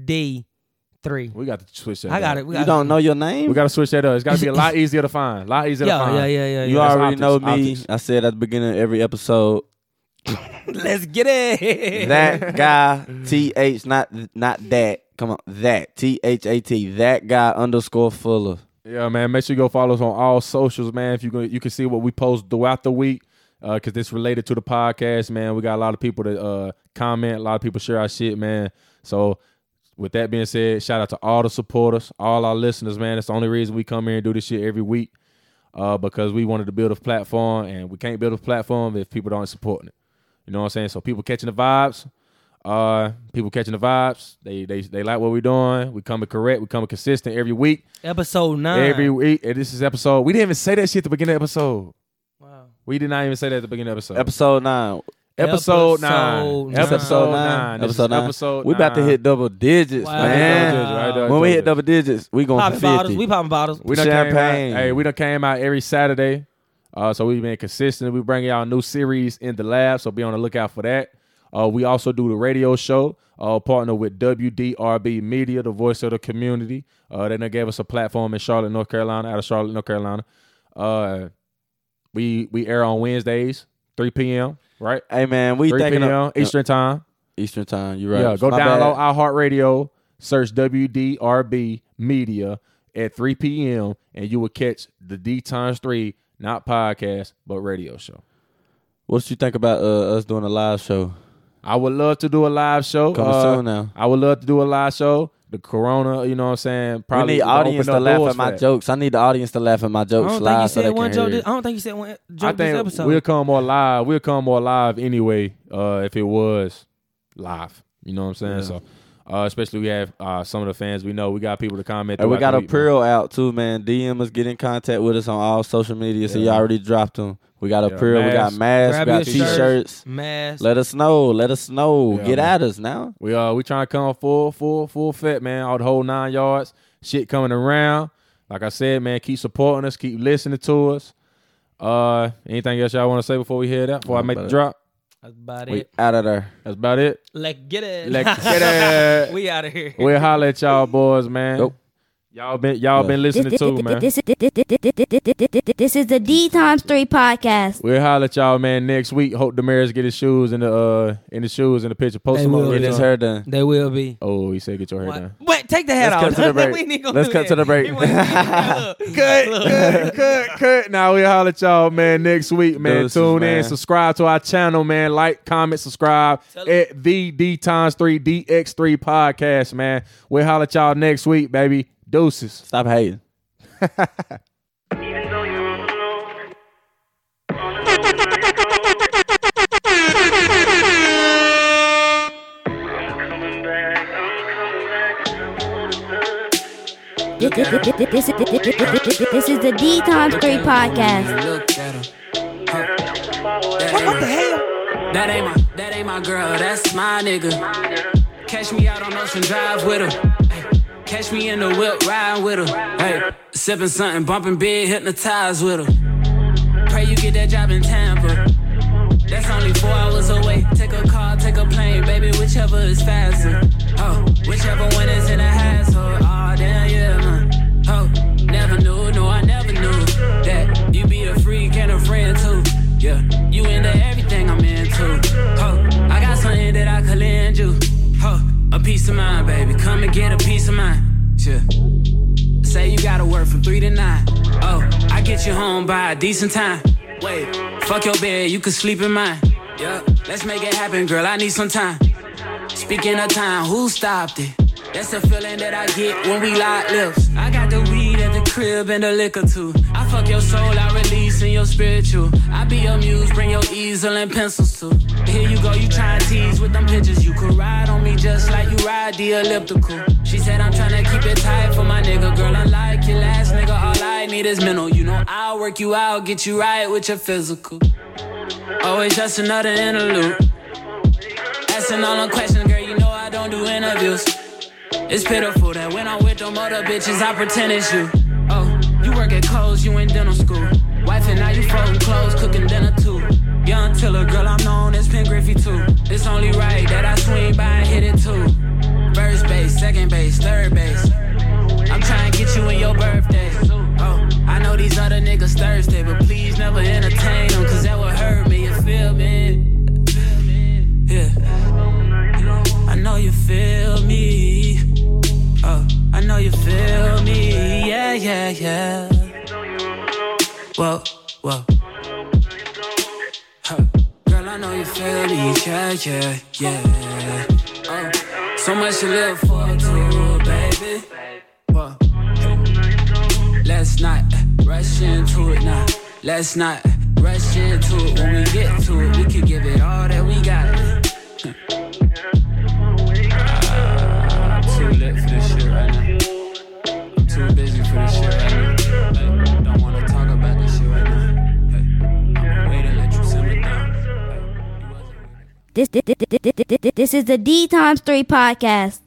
D three. we got to switch that. I got up. it. We got You don't know your name? We got to switch that up. It's got to be a lot easier to find. A lot easier to Yeah, find. yeah, yeah, yeah. you yeah. That's already optics, know me. optics. I said at the beginning of every episode Let's get it. that guy T H not not that. Come on, that T H A T that guy underscore Fuller. Yeah, man. Make sure you go follow us on all socials, man. If you go, you can see what we post throughout the week, because it's related to the podcast, man. We got a lot of people that uh, comment, a lot of people share our shit, man. So, with that being said, shout out to all the supporters, all our listeners, man. That's the only reason we come here and do this shit every week, uh, because we wanted to build a platform, and we can't build a platform if people aren't supporting it. You know what I'm saying? So people catching the vibes. Uh, people catching the vibes. They they they like what we're doing. We coming correct. We coming consistent every week. Episode nine. Every week. And this is episode. We didn't even say that shit at the beginning of episode. Wow. We did not even say that at the beginning of episode. Episode nine. episode, Episode nine. nine. Episode nine. This is Episode nine. Episode we about to nine. hit double digits, Wow. man. Double digits, right? When we hit Double double digits, we gonna Popping bottles. We fifty. popping bottles. We done Champagne. Came out, hey, we done came out every Saturday. Uh, so we've been consistent. We bringing y'all new series in the lab. So be on the lookout for that. Uh, we also do the radio show, uh, partner with WDRB Media, the voice of the community. Uh, they done gave us a platform in Charlotte, North Carolina, out of Charlotte, North Carolina. Uh, we we air on Wednesdays, 3 p.m., right? Hey man, we 3 thinking p.m. of Eastern Time. Eastern time. You right? Yeah, go My bad. download iHeartRadio, search WDRB Media at 3 p.m., and you will catch the D Times 3, not podcast, but radio show. What you think about uh, us doing a live show? I would love to do a live show. Coming Uh, soon now. I would love to do a live show. The corona, you know what I'm saying? We need gonna open audience up to laugh doors at for my that. jokes. I need the audience to laugh at my I jokes don't think you live so they said can one hear. joke. This, it. I don't think you said one I joke this think episode. we'll come more live. We'll come more live anyway, uh, if it was live. You know what I'm saying? So uh, especially we have uh, some of the fans we know. We got people to comment. Hey, we throughout got the a week, man. pearl out too, man. DM us, get in contact with us on all social media. So you already dropped them. We got a Yeah, pearl, we got masks. masks, we Grab got your shirts. t-shirts. Mask. Let us know. Let us know. Yeah, get man. at us now. We uh we trying to come full, full, full fit, man. All the whole nine yards. Shit coming around. Like I said, man, keep supporting us, keep listening to us. Uh, anything else y'all want to say before we head out? Before I make the about it. drop, That's about We it. out of there. that's about it. Let's get it. Let's get it. we out of here. We'll holler at y'all boys, man. Nope. Y'all been y'all been listening to, man. This this is the D times three podcast. We'll holler at y'all, man, next week. Hope Damaris get his shoes in the uh in the shoes in the picture. Post They them will. up. Get his hair done. They will be. Oh, he said get your hair What? done. Wait, take the hat off. Let's cut to the break. We ain't gonna Let's do cut that. to the break. He wants to do that. Look, cut, look. cut, cut. Now we holler at y'all, man, next week, man. Deuces, Tune in, man. subscribe to our channel, man. Like, comment, subscribe at the D times three DX3 podcast, man. we holler at y'all next week, baby. Deuces. Stop hating. This is the D times three podcast. Look at her. What, what the hell? That ain't my, that ain't my girl, that's my nigga. Catch me out on Ocean Drive with her. Ay, Catch me in the whip riding with her. Hey, sipping something, bumping big, hypnotized with her. Pray you get that job in Tampa. That's only four hours away. Take a car, take a plane, baby, whichever is faster. Oh, whichever one is in a hassle. Oh, damn, yeah, man. Oh, never knew, no, I never knew that you be a freak and a friend too. Yeah, you into everything I'm into. Oh, I got something that I could lend you. Oh, a piece of mind, baby. Come and get a piece of mind. Yeah. Say you gotta work from three to nine. Oh, I get you home by a decent time. Wait, fuck your bed, you can sleep in mine. Yeah, let's make it happen, girl. I need some time. Speaking of time, who stopped it? That's the feeling that I get when we lock lips. I got the weed at the crib and the liquor too. I fuck your soul, I release in your spiritual. I be your muse, bring your easel and pencils too. Here you go, you try to tease with them pictures. You could ride on me just like you ride the elliptical. She said I'm tryna keep it tight for my nigga, girl. Unlike your last nigga, all I need is mental. You know I'll work you out, get you right with your physical. Always just another interlude. Asking all them questions, girl, you know I don't do interviews. It's pitiful that when I'm with them other bitches, I pretend it's you. Oh, you work at Kohl's, you in dental school. Wife and now you folding clothes, cooking dinner too. Young Tiller, girl, I'm known as Pen Griffey too. It's only right that I swing by and hit it too. First base, second base, third base. I'm trying to get you in your birthday. Oh, I know these other niggas Thursday, but please never entertain them, cause that would hurt me, you feel me? Yeah. I know you feel me. Oh, I know you feel me. Yeah, yeah, yeah. Whoa, whoa. Huh. Girl, I know you feel me. Yeah, yeah, yeah. Oh, so much to live for, too, baby. Whoa. Let's not rush into it now. Let's not rush into it. When we get to it, we can give it all that we got. I'm too lit for this shit right now. I'm too busy for this shit right now. Hey, don't wanna talk about this shit right now. Hey, I'ma wait and let you simmer down. Hey, you wasn't- This this is the D times three podcast.